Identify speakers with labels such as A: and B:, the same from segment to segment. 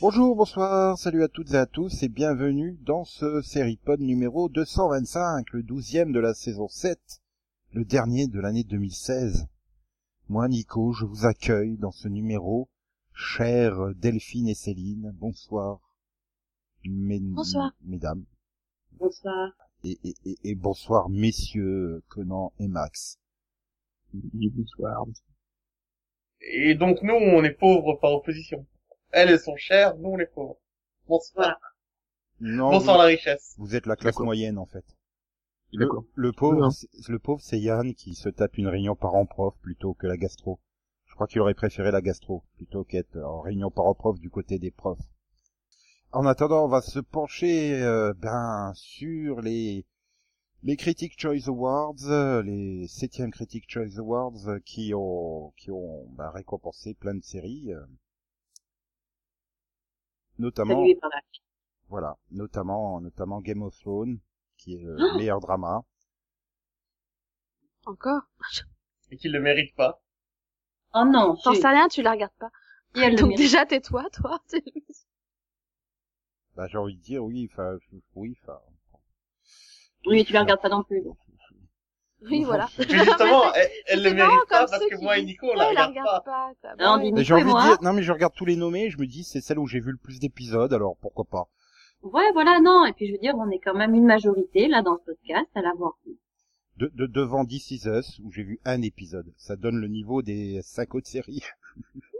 A: Bonjour, bonsoir, salut à toutes et à tous et bienvenue dans ce Seripod numéro 225, le douzième de la saison 7, le dernier de l'année 2016. Moi, Nico, je vous accueille dans ce numéro. Chères Delphine et Céline, bonsoir. Mes-
B: Bonsoir.
A: Mesdames.
C: Bonsoir.
A: Et, et- et- et bonsoir, messieurs Conan et Max.
D: bonsoir.
E: Et donc nous, on est pauvres par opposition. Elles, elles sont chères, nous, on est pauvres. Bonsoir.
A: Non,
E: Bonsoir la richesse.
A: vous, vous êtes la classe
D: D'accord.
A: moyenne, en fait. Le,
D: D'accord.
A: le pauvre,
D: Non.
A: c'est- le pauvre, c'est Yann qui se tape une réunion parent-prof plutôt que la gastro. Je crois qu'il aurait préféré la gastro plutôt qu'être en réunion parent-prof du côté des profs. En attendant, on va se pencher euh, ben sur les les Critic Choice Awards, euh, les septièmes Critic Choice Awards euh, qui ont qui ont ben, récompensé plein de séries, euh, notamment
C: Salué par la
A: voilà, notamment notamment Game of Thrones qui est le
C: Ah
B: Oh
A: meilleur drama.
B: Encore
E: Et qu'ils le méritent pas.
C: Oh non,
B: T'en
C: j'ai-
B: sais rien, tu la regardes pas.
C: Et elle le
B: Donc
C: mérite.
B: déjà, tais-toi, toi. C'est-
A: Bah, j'ai envie de dire oui, enfin, je- oui, enfin.
C: Oui, tu la regardes pas non plus. donc.
B: Oui, voilà.
E: Mais justement,
B: Mais
E: elles, elles le
B: c'est marrant
E: méritent pas
B: comme
E: parce
B: ceux
E: que
B: qui
E: moi et
B: disent,
E: Nico, on
B: ouais,
E: la regarde
B: regarde
E: pas.
B: pas. quoi.
C: Ah,
B: Bah
C: on dit
B: ouais.
A: Mais
C: Nico
A: j'ai
C: et
A: envie de
C: moi.
A: dire, non, mais je regarde tous les nommés, je me dis, c'est celle où j'ai vu le plus d'épisodes, alors pourquoi pas.
C: Ouais, voilà, non. Et puis je veux dire, on est quand même une majorité là dans ce podcast à l'avoir vu.
A: De, de, devant This Is Us, où j'ai vu un épisode. Ça donne le niveau des cinq autres séries.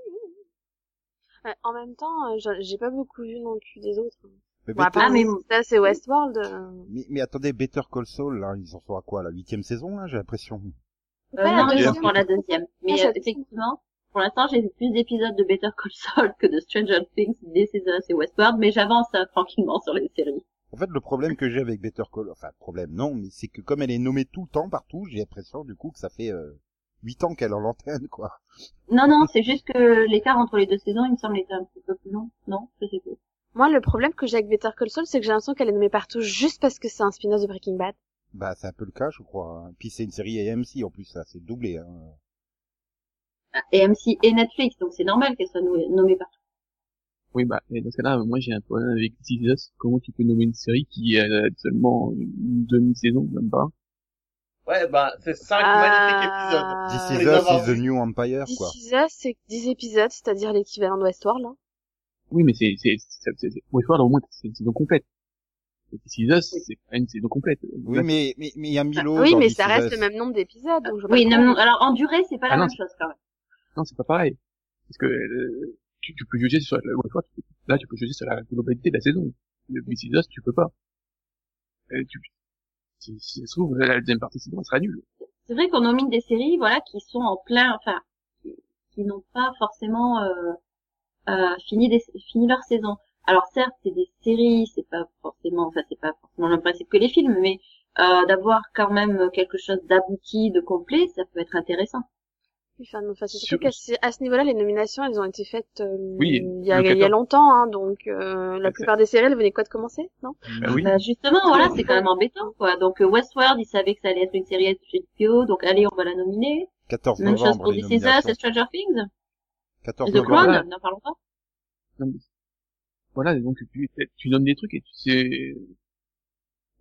B: Euh, En même temps, euh, je- j'ai pas beaucoup vu non plus des autres.
A: Mais,
B: Bon,
A: Better-
B: à part
C: Ah, mais-
B: ça, c'est Westworld. euh,
A: mais, mais attendez, Better Call Saul, là, ils en sont à quoi, la huitième saison, là, j'ai l'impression.
B: c'est
C: Euh,
B: pas la
C: non, ils sont
B: deuxième.
C: pour la deuxième.
B: Ah,
C: Mais euh,
B: c'est-
C: effectivement, pour l'instant, j'ai vu plus d'épisodes de Better Call Saul que de Stranger Things, This Is Us et Westworld, mais j'avance euh, tranquillement sur les séries.
A: En fait, le problème que j'ai avec Better Call, enfin, problème, non, mais c'est que comme elle est nommée tout le temps, partout, j'ai l'impression, du coup, que ça fait, euh, huit ans qu'elle est en l'antenne, quoi.
C: Non, non, c'est juste que l'écart entre les deux saisons, il me semble, était un petit peu plus long. Non, je sais plus.
B: Moi, le problème que j'ai avec Better Call Saul, c'est que j'ai l'impression qu'elle est nommée partout juste parce que c'est un spin-off de Breaking Bad.
A: Bah, c'est un peu le cas, je crois. hein. Puis c'est une série AMC, en plus, ça, c'est doublé, hein.
C: Ah, Et MC et Netflix, donc c'est normal qu'elles soient nou- nommées partout.
D: Oui, bah, et dans ce cas-là, moi j'ai un problème avec This Is Us. Comment tu peux nommer une série qui a seulement une demi-saison, même pas
E: Ouais, bah, c'est cinq
B: Ah. Euh,
E: magnifiques épisodes.
A: This
E: On
A: Is
E: les
A: Us
E: avoir
A: is the
E: vus.
A: New Empire, quoi.
B: This Is Us, c'est 10 épisodes, c'est-à-dire l'équivalent de Westworld. hein.
D: Oui, mais c'est... c'est, c'est, c'est, c'est... Westworld, au moins, c'est une saison complète. Et This Is Us, c'est pas une saison complète.
A: Oui, mais mais mais il y a
C: Ah,
A: Milo.
B: Oui,
A: dans
B: mais
A: This
B: ça
A: Is
B: reste
A: Us.
B: le même nombre d'épisodes. donc je vois
C: Oui,
B: pas
C: non,
B: pourquoi.
C: non, alors en durée, c'est pas la
D: Ah non,
C: même
D: c'est-
C: chose quand même.
D: Non, c'est pas pareil. Parce que euh, tu, tu peux juger sur la Westworld, tu peux- là tu peux juger sur la globalité de la saison. Le This Is Us, tu peux pas. Euh, tu, si, si ça se trouve, la deuxième partie de saison, elle sera nulle.
C: c'est vrai qu'on nomine des séries voilà qui sont en plein enfin qui, qui n'ont pas forcément euh, euh, fini des, fini leur saison alors certes c'est des séries c'est pas forcément enfin c'est pas forcément le même principe que les films mais euh, d'avoir quand même quelque chose d'abouti de complet ça peut être intéressant
B: Oui, Enfin, non, enfin, c'est
D: Sur-
B: surtout qu'à ce, à ce niveau-là, les nominations, elles ont été faites euh,
D: Oui,
B: il, y a,
D: le
B: il y a
D: 14.
B: longtemps, hein, donc euh, la
D: Exact.
B: plupart des séries, elles venaient quoi de commencer, non
D: Bah oui.
C: Bah, justement voilà c'est quand même embêtant quoi donc euh, Westworld ils savaient que ça allait être une série HBO donc allez on va la nominer
A: 14
C: même chose
A: novembre.
C: pour
A: les
C: This Is Us
A: nominations.
C: et Stranger Things
A: 14
C: The
A: novembre.
D: Voilà.
C: Crown n'en parlons pas
D: Voilà, donc tu, tu nommes des trucs et tu sais...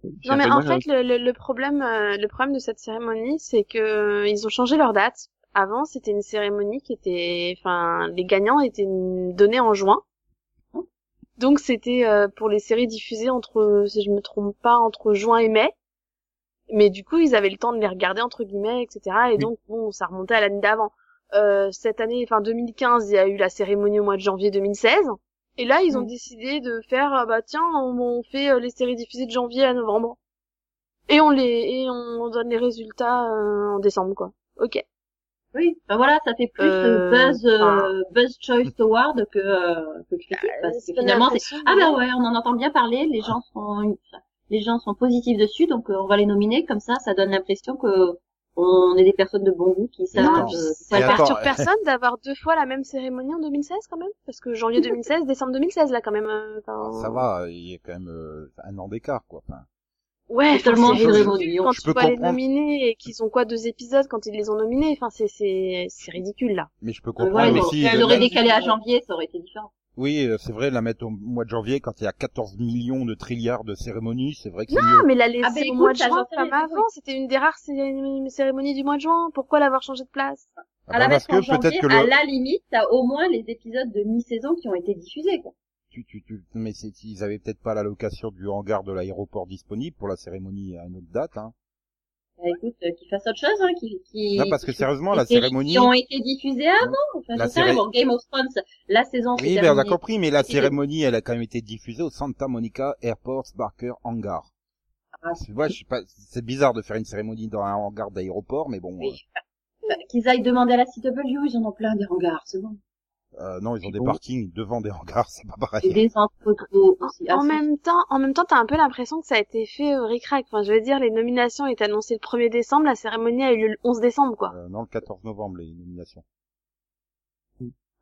D: euh,
B: Non, mais en fait, le, le, le problème, euh, le problème de cette cérémonie, c'est que euh, ils ont changé leur date. Avant, c'était une cérémonie qui était, enfin, les gagnants étaient donnés en juin. Donc c'était euh, pour les séries diffusées entre, si je me trompe pas, entre juin et mai. Mais du coup, ils avaient le temps de les regarder entre guillemets, etc. Et
D: Oui.
B: donc bon, ça remontait à l'année d'avant. Euh, cette année, enfin 2015, il y a eu la cérémonie au mois de janvier 2016. Et là, ils ont
C: Mm.
B: décidé de faire, euh, bah tiens, on, on fait euh, les séries diffusées de janvier à novembre. Et on les, et on donne les résultats euh, en décembre, quoi. Ok.
C: Oui, ben voilà, ça fait plus
B: Euh,
C: euh, Buzz euh,
B: enfin.
C: Buzz Choice Award
A: Bah,
C: que euh, que critique parce que
B: Ça donne
C: finalement c'est
B: l'impression
C: ah
B: de-
C: ben ouais, on en entend bien parler, les gens sont les gens sont positifs dessus, donc euh, on va les nominer. Comme ça, ça donne l'impression que on est des personnes de bon goût qui savent.
B: Non,
A: et puis
C: euh,
B: Ça
A: Et
C: faire-
A: attends,
B: perturbe personne d'avoir deux fois la même cérémonie en 2016 quand même Parce que janvier 2016, décembre 2016 là quand même. euh, enfin,
A: Ça va, il y a quand même euh, un an d'écart, quoi. Enfin,
B: Ouais,
C: C'est
B: enfin,
C: tellement
B: c'est
A: dur et
B: ridicule
C: maudit,
B: quand
A: je
B: tu
A: peux
B: vois les
A: comprendre.
B: nominer et qu'ils ont quoi deux épisodes quand ils les ont nominés. Enfin c'est c'est c'est ridicule là.
A: mais je peux
C: Euh,
A: comprendre
C: voilà, ils
A: aussi.
C: auraient-
A: de-
C: ils auraient
E: même-
C: décalé à janvier, ça aurait été différent.
A: Oui, euh, c'est vrai, la mettre au mois de janvier quand il y a 14 millions de trilliards de cérémonies, c'est vrai que c'est
B: Ah
A: mieux.
B: mais là les
C: Ah, ben,
B: c'est au
C: écoute,
B: mois de
C: ça,
B: juin
C: j'en sais
B: comme
C: rien,
B: avant, c'était une des rares cérémonies cérémonies du mois de juin. Pourquoi l'avoir changé de place
A: Ah
C: à
A: bah
C: la
A: parce
C: mettre en
A: que
C: janvier,
A: peut-être que
C: à
A: le,
C: la limite, t'as au moins les épisodes de mi-saison qui ont été diffusés, quoi.
A: tu, tu, tu, mais c'est- ils avaient peut-être pas la location du hangar de l'aéroport disponible pour la cérémonie à une autre date, hein.
C: Bah, écoute, euh, qu'ils fassent autre chose, hein, qu'ils, qu'ils...
A: Non, parce que sérieusement, la
C: les séries
A: cérémonie,
C: Qui ont été diffusées avant, enfin,
A: La
C: j'en sais rien,
A: série-
C: bon, Game of Thrones, la saison s'est
A: oui, ben, on a
C: terminée.
A: compris, mais la
C: C'est-
A: cérémonie, elle a quand même été diffusée au Santa Monica Airport Barker Hangar.
C: Ah.
A: Tu vois, je sais pas, c'est bizarre de faire une cérémonie dans un hangar d'aéroport, mais bon,
C: Oui. Bah, qu'ils aillent demander à la CW, ils en ont plein des hangars, c'est bon.
A: euh, euh, non, ils ont des
D: Bon.
A: parkings devant des hangars, c'est pas
C: Et
A: pareil.
C: des entrepôts aussi. Ah,
B: en
C: si.
B: même temps, en même temps, t'as un peu l'impression que ça a été fait au ricrac. Enfin, je veux dire, les nominations étaient annoncées le 1er décembre, la cérémonie a eu lieu le 11 décembre, quoi.
A: Euh, non, le 14 novembre, les nominations.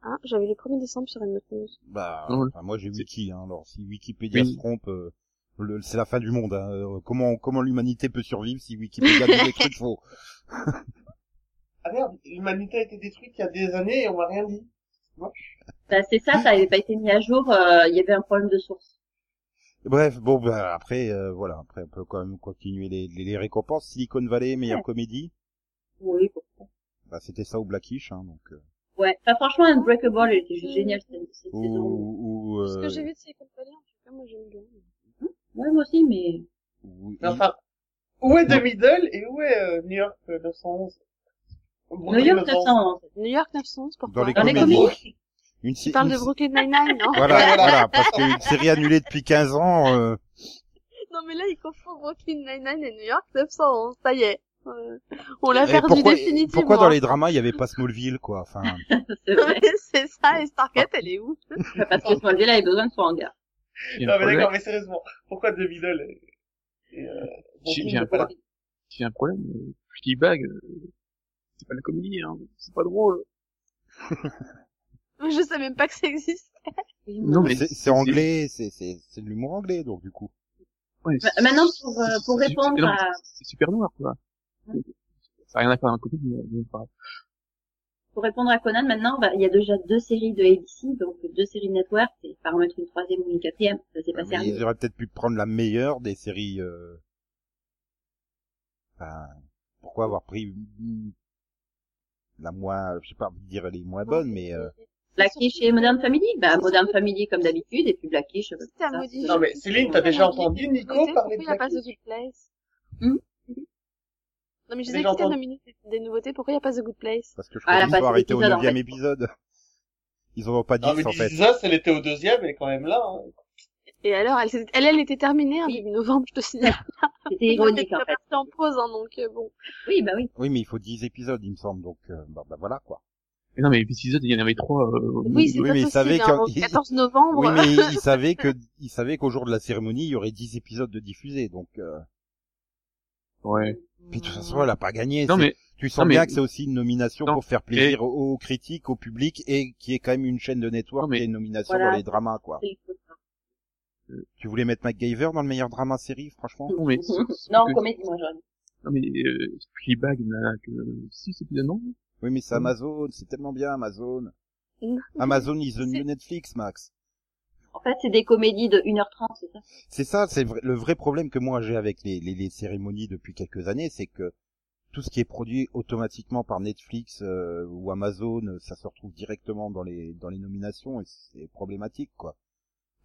B: Hein J'avais le 1er décembre sur une autre news.
A: Bah,
D: Non, le-
A: enfin, moi j'ai
D: c'est-
A: Wiki, hein, alors si Wikipédia
D: Oui.
A: se trompe, euh, le- c'est la fin du monde. hein. Euh, Comment comment l'humanité peut survivre si Wikipédia dit des trucs faux
E: Ah merde, l'humanité a été détruite il y a des années et on m'a rien dit.
C: Bah, c'est ça, ça avait pas été mis à jour, euh, il y avait un problème de source.
A: Bref, bon, bah, après, euh, voilà, après on peut quand même continuer les, les, les récompenses. Silicon Valley, meilleure
C: Ouais.
A: comédie,
C: Oui, bon.
A: bah, c'était ça ou Blackish, hein, donc. euh,
C: Ouais. Enfin, franchement, Unbreakable, elle était
B: Mm.
C: juste géniale, cette, cette saison.
A: ou ou,
B: Ce
A: euh,
B: que j'ai vu de Silicon Valley, en tout cas, moi j'ai eu bien.
C: Ouais, moi aussi, mais...
A: ou-
E: Mais enfin, où est The Middle et où est euh, New York euh, 911
C: New York 911.
B: New York 911, pourquoi
A: Dans les
C: Dans les
A: comédies.
C: comédies.
A: une
B: Tu
A: sé-
B: parles
A: une
B: de
A: sé-
B: Brooklyn Nine-Nine, non
A: Voilà, voilà, parce qu'une série annulée depuis 15 ans. euh,
B: Non, mais là, il confond Brooklyn Nine-Nine et New York 911, ça y est. Euh, on l'a
A: et
B: perdu
A: pourquoi,
B: définitivement.
A: pourquoi dans les dramas il y avait pas Smallville quoi Enfin,
C: hein. C'est vrai.
B: C'est ça, et Stargate, elle est où
C: Parce que Smallville avait besoin de son hangar.
D: Il y a
E: Non
D: un
E: Ah, mais d'accord,
D: problème.
E: mais sérieusement, pourquoi The Middle et, et, euh,
D: J'ai-
E: Brooklyn
D: j'ai un
E: n'est pas là
D: problème. Il y a un problème. euh, Fleabag, euh, c'est pas de la comédie, hein. C'est pas drôle.
B: Je sais même pas que ça existe.
D: Non, mais
A: c'est- c'est anglais, c'est c'est c'est de l'humour anglais donc du coup.
D: Ouais,
C: Ma-
D: c'est-
C: Maintenant, pour, euh,
D: c'est-
C: pour
D: c'est-
C: répondre
D: c'est- non,
C: à-
D: c'est- C'est super noir, quoi.
C: Ouais.
D: Ça a rien à faire avec la comédie, mais- mais pas-
C: Pour répondre à Conan, maintenant, bah, il y a déjà deux séries de ABC, donc deux séries de network, et pas en mettre une troisième ou une quatrième, ça c'est pas
A: Ouais, Ah, mais euh,
C: sérieux.
A: ils auraient peut-être pu prendre la meilleure des séries. euh, Enfin, pourquoi avoir pris mm, la moins, je sais pas dire les moins bonnes, mais euh,
C: Blackish et Modern Family, bah Modern Family comme d'habitude, et puis Blackish. bah,
B: T'as
C: ça,
B: maudit.
C: c'est-
E: Ah, Non, mais Céline, t'as déjà entendu Nico
B: Côté, Pourquoi
E: parler de
B: il y a pas
E: Blackish
B: The Good Place
C: Hmm
B: Non, mais je
E: Mais
B: disais que c'était
E: j'entends-
B: nominé des- des nouveautés, pourquoi il y a pas The Good Place
A: parce que je
C: Ah,
A: crois
C: la
A: qu'ils ont
C: passe
A: arrêté au
C: d'épisode, en
A: neuvième
C: fait.
A: épisode. Ils en ont pas dit
E: Non mais
A: en fait.
E: This Is Us, elle était au deuxième, elle est quand même là. Hein.
B: Et alors, elle, s'est- elle, elle était terminée hein,
C: Oui.
B: début novembre, je te signale.
C: C'était ironique en
B: Elle
C: fait.
B: était partie en pause, hein, donc euh, bon.
C: Oui, bah oui.
A: Oui, mais il faut 10 épisodes, il me semble, donc euh, bah, bah, voilà quoi.
D: Mais non, mais épisode, il y en avait trois, euh,
B: Oui, c'est
A: oui,
B: pas
A: mais il savait
B: possible.
A: qu'en-
B: Hein, au
A: il-
B: 14 novembre.
A: Oui, mais ils savaient que ils savaient qu'au jour de la cérémonie, il y aurait 10 épisodes de diffusés, donc. Euh...
D: ouais.
A: Puis de toute façon, elle a pas gagné.
D: Non,
A: c'est-
D: mais,
A: Tu sens
D: non, mais-
A: bien que c'est aussi une nomination
D: Non,
A: pour faire plaisir aux critiques, au public, et qui est quand même une chaîne de network
D: Non, mais-
A: qui est une nomination
C: Voilà.
A: dans les dramas, quoi.
C: c'est le-
A: Tu voulais mettre MacGyver dans le meilleur drama série, franchement
D: non, mais,
C: Non,
D: que-
C: comédie, moi j'aurais dit.
D: non, mais, euh, Fleabag, il n'y en a que six épisodes, non?
A: Oui, mais
C: Mm.
A: c'est Amazon, c'est tellement bien Amazon.
B: Non.
A: Amazon is the
B: C'est-
A: new Netflix, Max.
C: En fait, c'est des comédies de 1h30, c'est ça
A: C'est ça, c'est vrai- le vrai problème que moi j'ai avec les, les, les cérémonies depuis quelques années, c'est que tout ce qui est produit automatiquement par Netflix euh, ou Amazon, ça se retrouve directement dans les dans les nominations et c'est problématique, quoi.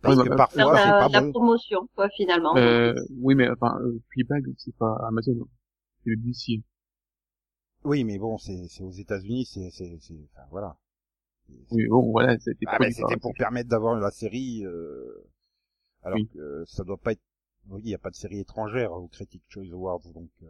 A: Parce
D: Oui,
A: que
D: bah,
A: parfois
C: Faire
A: c'est
C: la,
A: pas
C: la
A: bon.
C: promotion, quoi, finalement.
D: Euh, oui, mais, enfin, euh, Fleabag, c'est pas Amazon, hein. c'est BBC.
A: Oui, mais bon, c'est c'est aux États-Unis, c'est c'est c'est enfin voilà.
D: Oui, bon, voilà, ça a été
A: Ah,
D: produit
A: mais c'était
D: par-
A: pour permettre d'avoir la série, euh, alors
D: Oui.
A: que euh, ça doit pas être. Oui, il y a pas de série étrangère au Critic Choice Awards, donc. euh,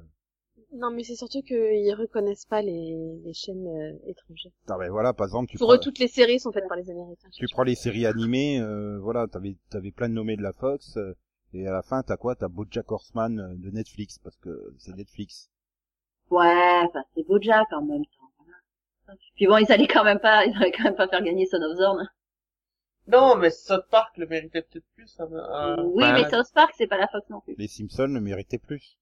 B: Non, mais c'est surtout qu'ils reconnaissent pas les, les chaînes euh, étrangères.
A: Ah ben voilà, par exemple, tu
B: Pour
A: prends,
B: eux, toutes les séries sont faites par les Américains.
A: tu prends les séries animées, euh, voilà, t'avais t'avais plein de nommés de la Fox, euh, Et à la fin, t'as quoi T'as BoJack Horseman euh, de Netflix, parce que c'est Netflix.
C: Ouais, enfin, c'est Bojack en même temps. voilà. Puis bon, ils allaient quand même pas, ils allaient quand même pas faire gagner Son of Zorn.
E: Non, mais South Park le méritait peut-être plus. hein, euh,
C: oui,
D: bah,
C: mais South Park, c'est pas la Fox non plus.
A: Les Simpsons le méritaient plus.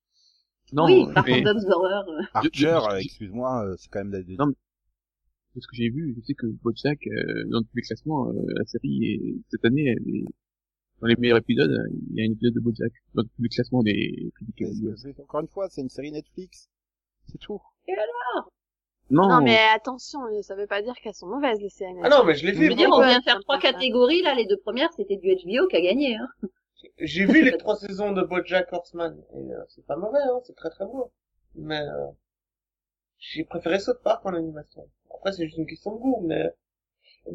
D: Non,
C: oui, par
D: mais
C: contre, Bob's Burger, euh,
A: Archer,
D: je-
A: euh, excuse-moi, euh, c'est quand même... des- des-
D: Non, de ce que j'ai vu, je sais que Bojack, euh, dans tous les classements, euh, la série, est- cette année, elle est- dans les meilleurs épisodes, euh, il y a un épisode de Bojack. Dans tous les classements des critiques.
A: Qu'est-ce que c'est Encore une fois, c'est une série Netflix. C'est tout.
D: Non,
B: Non, mais attention, ça veut pas dire qu'elles sont mauvaises, les séries.
E: Ah non, mais je l'ai
C: Je
E: vu.
C: veux
B: Mais
C: dire,
E: moi.
C: on
B: pourquoi
C: vient de
B: c'est
C: faire trois
B: comme ça
C: catégories, là, les deux premières, c'était du HBO qui a gagné, hein.
E: J'ai vu les trois saisons de BoJack Horseman et euh, c'est pas mauvais, hein, c'est très très beau. Mais euh, j'ai préféré South Park en animation. Après, c'est juste une question de goût, mais euh,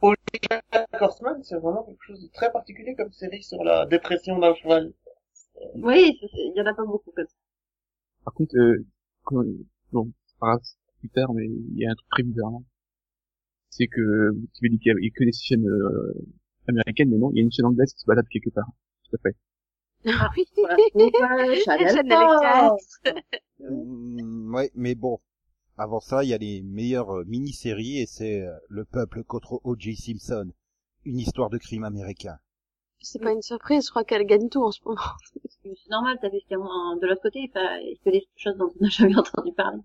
E: BoJack Horseman, c'est vraiment quelque chose de très particulier comme série sur la dépression d'un cheval.
C: Oui, c'est- c'est- il y en a pas beaucoup comme ça.
D: par contre, euh, quand- bon, c'est pas grave, c'est plus tard, mais il y a un truc très bizarre, non C'est que, tu veux dire qu'il y a que des chaînes, euh, américaines, mais non, il y a une chaîne anglaise qui se balade quelque part. Tout à fait.
B: Ah oui.
C: Voilà. Ouais, Channel
B: Channel
C: Four.
A: Mm, ouais, mais bon. Avant ça, il y a les meilleures euh, mini-séries et c'est euh, Le Peuple contre O.J. Simpson. Une histoire de crime américain.
B: C'est pas une surprise, je crois qu'elle gagne tout en ce moment.
C: C'est normal, t'as vu ce qu'il y a en- de l'autre côté, enfin, il que des choses dont on n'a jamais entendu parler.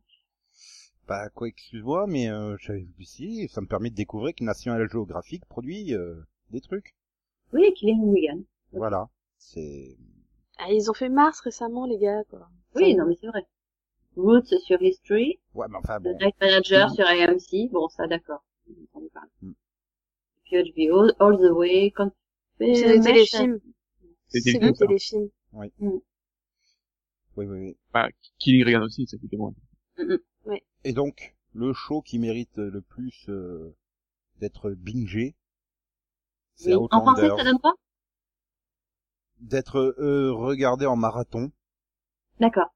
A: Bah quoi, excuse-moi, mais euh, j'avais vu si, ça me permet de découvrir que National Geographic produit euh, des trucs.
C: Oui, et qu'il est une Wigan.
A: Voilà. C'est...
B: Ah, ils ont fait Mars récemment, les gars, quoi.
C: Oui,
B: Ça-
C: non, mais c'est vrai. Roots sur History,
A: Ouais, mais enfin
C: The
A: bon.
C: Night Manager
A: Mm.
C: sur AMC, bon, ça, d'accord. on a entendu parler.
A: Mm.
C: Puis HBO, All the Way, Euh, Con-
B: C'est des
C: Mesh-
B: téléfilms.
D: C'est
B: C'est
D: des
B: des
D: vieux, ça.
B: téléfilms. hein.
A: Oui, oui, oui.
D: Bah, qui les regarde aussi, ça fait moins.
A: Et donc, le show qui mérite le plus euh, d'être bingé, c'est
C: Oui. En français,
A: Outlander.
C: ça donne quoi?
A: D'être euh, regardé en marathon,
C: D'accord.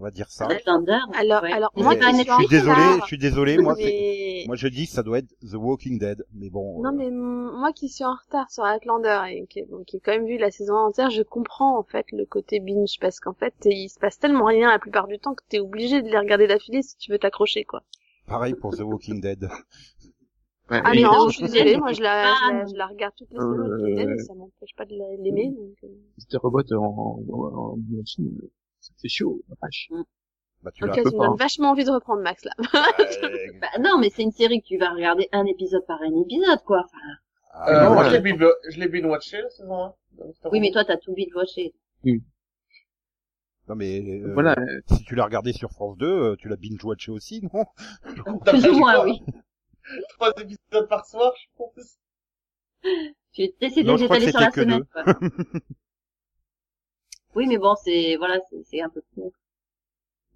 A: on va dire ça.
C: Outlander.
B: Alors,
C: ouais.
B: alors,
C: Mais
B: moi,
A: Mais
C: c'est pas
A: je suis
B: je
C: Netflix.
A: désolé,
B: alors.
A: je suis désolé, moi, c'est-
B: Mais-
A: moi je dis que ça doit être The Walking Dead, mais bon.
B: Non
A: euh,
B: mais m- moi qui suis en retard sur Outlander et qui, bon, qui ai quand même vu la saison entière, je comprends en fait le côté binge parce qu'en fait il se passe tellement rien la plupart du temps que t'es obligé de les regarder d'affilée si tu veux t'accrocher quoi.
A: Pareil pour The Walking Dead.
D: Ouais,
B: Ah
D: et-
B: non,
C: non,
B: je suis
C: je-
B: désolée, moi je la, je la,
C: Ah,
B: je la regarde toutes les
D: non.
B: semaines
D: Euh,
B: Walking Dead, mais ça m'empêche pas de la- l'aimer. donc, euh.
D: Mr. Robot en, en, en, en Chine, c'est- c'est chaud, la vache.
A: Bah tu
B: En tout
A: l'as.
B: cas,
D: peux
B: tu me
D: pas,
B: donnes
D: hein.
B: vachement envie de reprendre Max là.
A: Euh,
C: Bah, non, mais c'est une série que tu vas regarder un épisode par un épisode, quoi. Enfin,
A: ah,
E: Euh,
A: non,
E: moi,
D: ouais.
E: je l'ai binge- je l'ai binge watché la saison 1.
C: oui, mais toi, t'as tout vite watché.
A: non, mais euh,
D: Voilà, euh,
A: si tu l'as regardé sur France 2, euh, tu l'as binge-watché aussi, non
C: Plus ou moins, oui.
E: Trois épisodes par soir, je pense.
C: Tu décidé
A: Non,
C: de
A: je crois que
C: l'étaler sur la
A: c'était que
C: semaine, quoi. oui, mais bon, c'est, voilà, c'est- c'est un peu plus.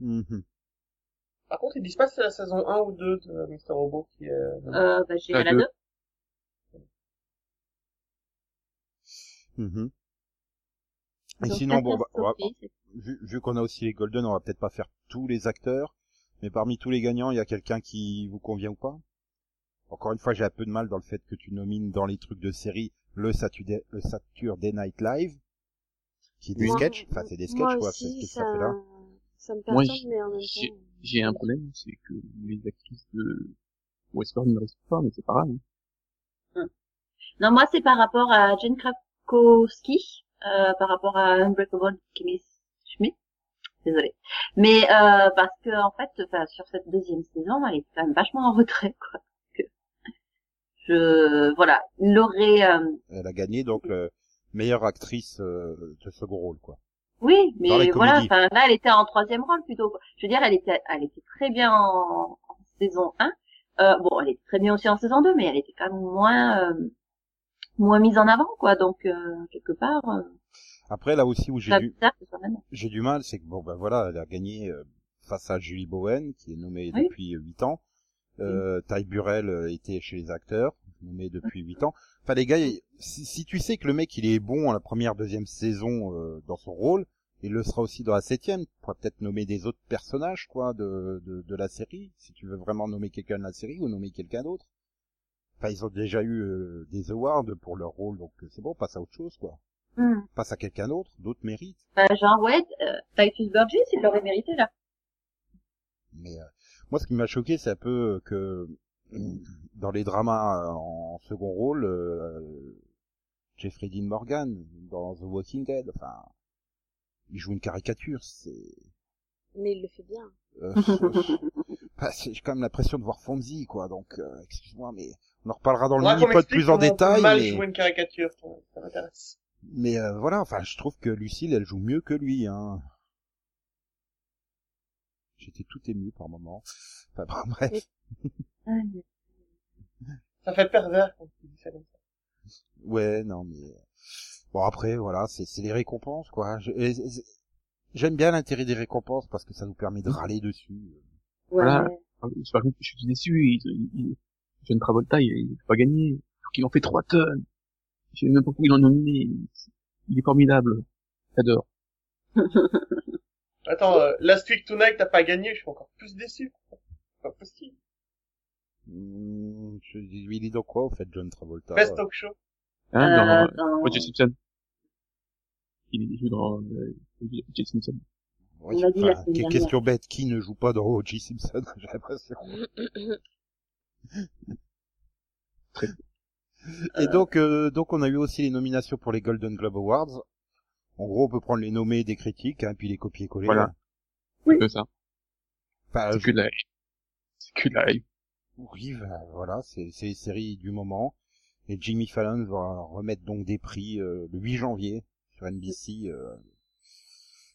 A: Mhm.
E: Par contre, ils disent pas si c'est la saison 1 ou 2 de Mr. Robot qui est...
C: Euh, bah, j'ai
D: Ah,
C: la
D: deux.
C: deux.
A: Mhm. Et
C: Donc,
A: sinon, bon, bah,
C: catastrophe,
A: ouais, vu, vu qu'on a aussi les Golden, on va peut-être pas faire tous les acteurs, mais parmi tous les gagnants, il y a quelqu'un qui vous convient ou pas Encore une fois, j'ai un peu de mal dans le fait que tu nomines dans les trucs de série le Saturday, le Saturday Night Live, qui est du
B: Moi-
A: sketch, enfin c'est des sketchs
B: moi
A: quoi, c'est ce
B: aussi,
A: que ça
B: ça,
A: fait là.
B: ça me
D: Moi,
B: perturbe,
D: j'ai-
B: mais en même
D: j'ai-
B: temps...
D: j'ai un problème, c'est que les actrices de Westworld ne restent pas, mais c'est pas grave. hein.
C: Non, moi, c'est par rapport à Jane Krakowski, euh, par rapport à Unbreakable Kimmy Schmidt. Désolée. Mais, euh, parce que, en fait, enfin, sur cette deuxième saison, elle est quand même vachement en retrait, quoi. Que je, voilà. Il aurait, euh,
A: Elle a gagné donc le meilleure actrice euh, de second rôle quoi.
C: Oui,
A: Dans les
C: mais voilà,
A: comédies.
C: enfin, là, elle était en troisième rôle plutôt. quoi. Je veux dire, elle était, elle était très bien en, en saison 1. Euh, bon, elle était très bien aussi en saison 2, mais elle était quand même moins, euh, moins mise en avant, quoi. Donc, euh, quelque part, euh,
A: Après là aussi où j'ai
C: c'est
A: du
C: bizarre que ce soit maintenant.
A: j'ai du mal, c'est que bon ben voilà, elle a gagné euh, face à Julie Bowen qui est nommée
C: Oui.
A: depuis 8 ans. Euh, Ty Burrell euh, était chez les acteurs, nommé depuis 8 ans. Enfin les gars, si, si tu sais que le mec il est bon à la première deuxième saison euh, dans son rôle, il le sera aussi dans la septième. Tu pourrais peut-être nommer des autres personnages quoi de, de de la série, si tu veux vraiment nommer quelqu'un de la série ou nommer quelqu'un d'autre. Enfin ils ont déjà eu euh, des awards pour leur rôle donc euh, c'est bon, passe à autre chose quoi.
C: Hmm.
A: passe à quelqu'un d'autre, d'autres méritent.
C: Bah, genre, ouais, euh, Titus Burgess, il l'aurait mérité, là.
A: Mais euh, moi, ce qui m'a choqué, c'est un peu euh, que euh, dans les dramas euh, en second rôle, euh, Jeffrey Dean Morgan dans The Walking Dead, enfin, il joue une caricature. C'est
B: Mais il le fait bien.
A: euh, bah, c'est- j'ai quand même l'impression de voir Fonzie, quoi. Donc, euh, excuse-moi, mais on en reparlera dans le
E: Faudra qu'on
A: mini-pod
E: m'explique
A: plus en
E: comment on peut
A: détail.
E: Mal
A: mais-
E: jouer une caricature, ça ça m'intéresse.
A: Mais euh, voilà, enfin, je trouve que Lucille, elle joue mieux que lui. Hein. J'étais tout ému par moment. Enfin, bon, bref.
C: Ouais.
E: Ça fait pervers quand tu dis ça comme ça.
A: Ouais, non, mais euh, bon après, voilà, c'est c'est les récompenses, quoi. Je- et- et- J'aime bien l'intérêt des récompenses parce que ça nous permet
D: Mm.
A: de râler dessus.
C: Euh,
D: Voilà. Je par contre, je suis déçu. Ils, ils, ils, John Travolta, il, il a pas gagné. Alors qu'il en fait 3 tonnes. Je sais même pas pourquoi il en est nominé. Il est formidable. J'adore.
E: Attends, euh, Last Week Tonight, t'as pas gagné, je suis encore plus déçu. C'est Pas possible.
A: Hmm, je dis, il est dans quoi au fait, John Travolta euh,
E: Best Talk Show.
D: Hein, dans,
C: Euh, dans-
D: Roger Simpson. Il est joué dans euh, Roger Simpson.
A: Ouais,
C: on l'a dit la semaine
A: que-
C: dernière.
A: question bête, qui ne joue pas dans O.J. Simpson J'ai l'impression. Et donc, euh, donc on a eu aussi les nominations pour les Golden Globe Awards. En gros, on peut prendre les nommés des critiques, hein, puis les copier-coller.
D: Voilà.
A: hein.
D: C'est que ça.
A: Enfin,
D: C'est que de la C'est que de la hype.
A: Oui, ben, voilà, c'est c'est les séries du moment. Et Jimmy Fallon va remettre donc des prix euh, le 8 janvier sur NBC. euh,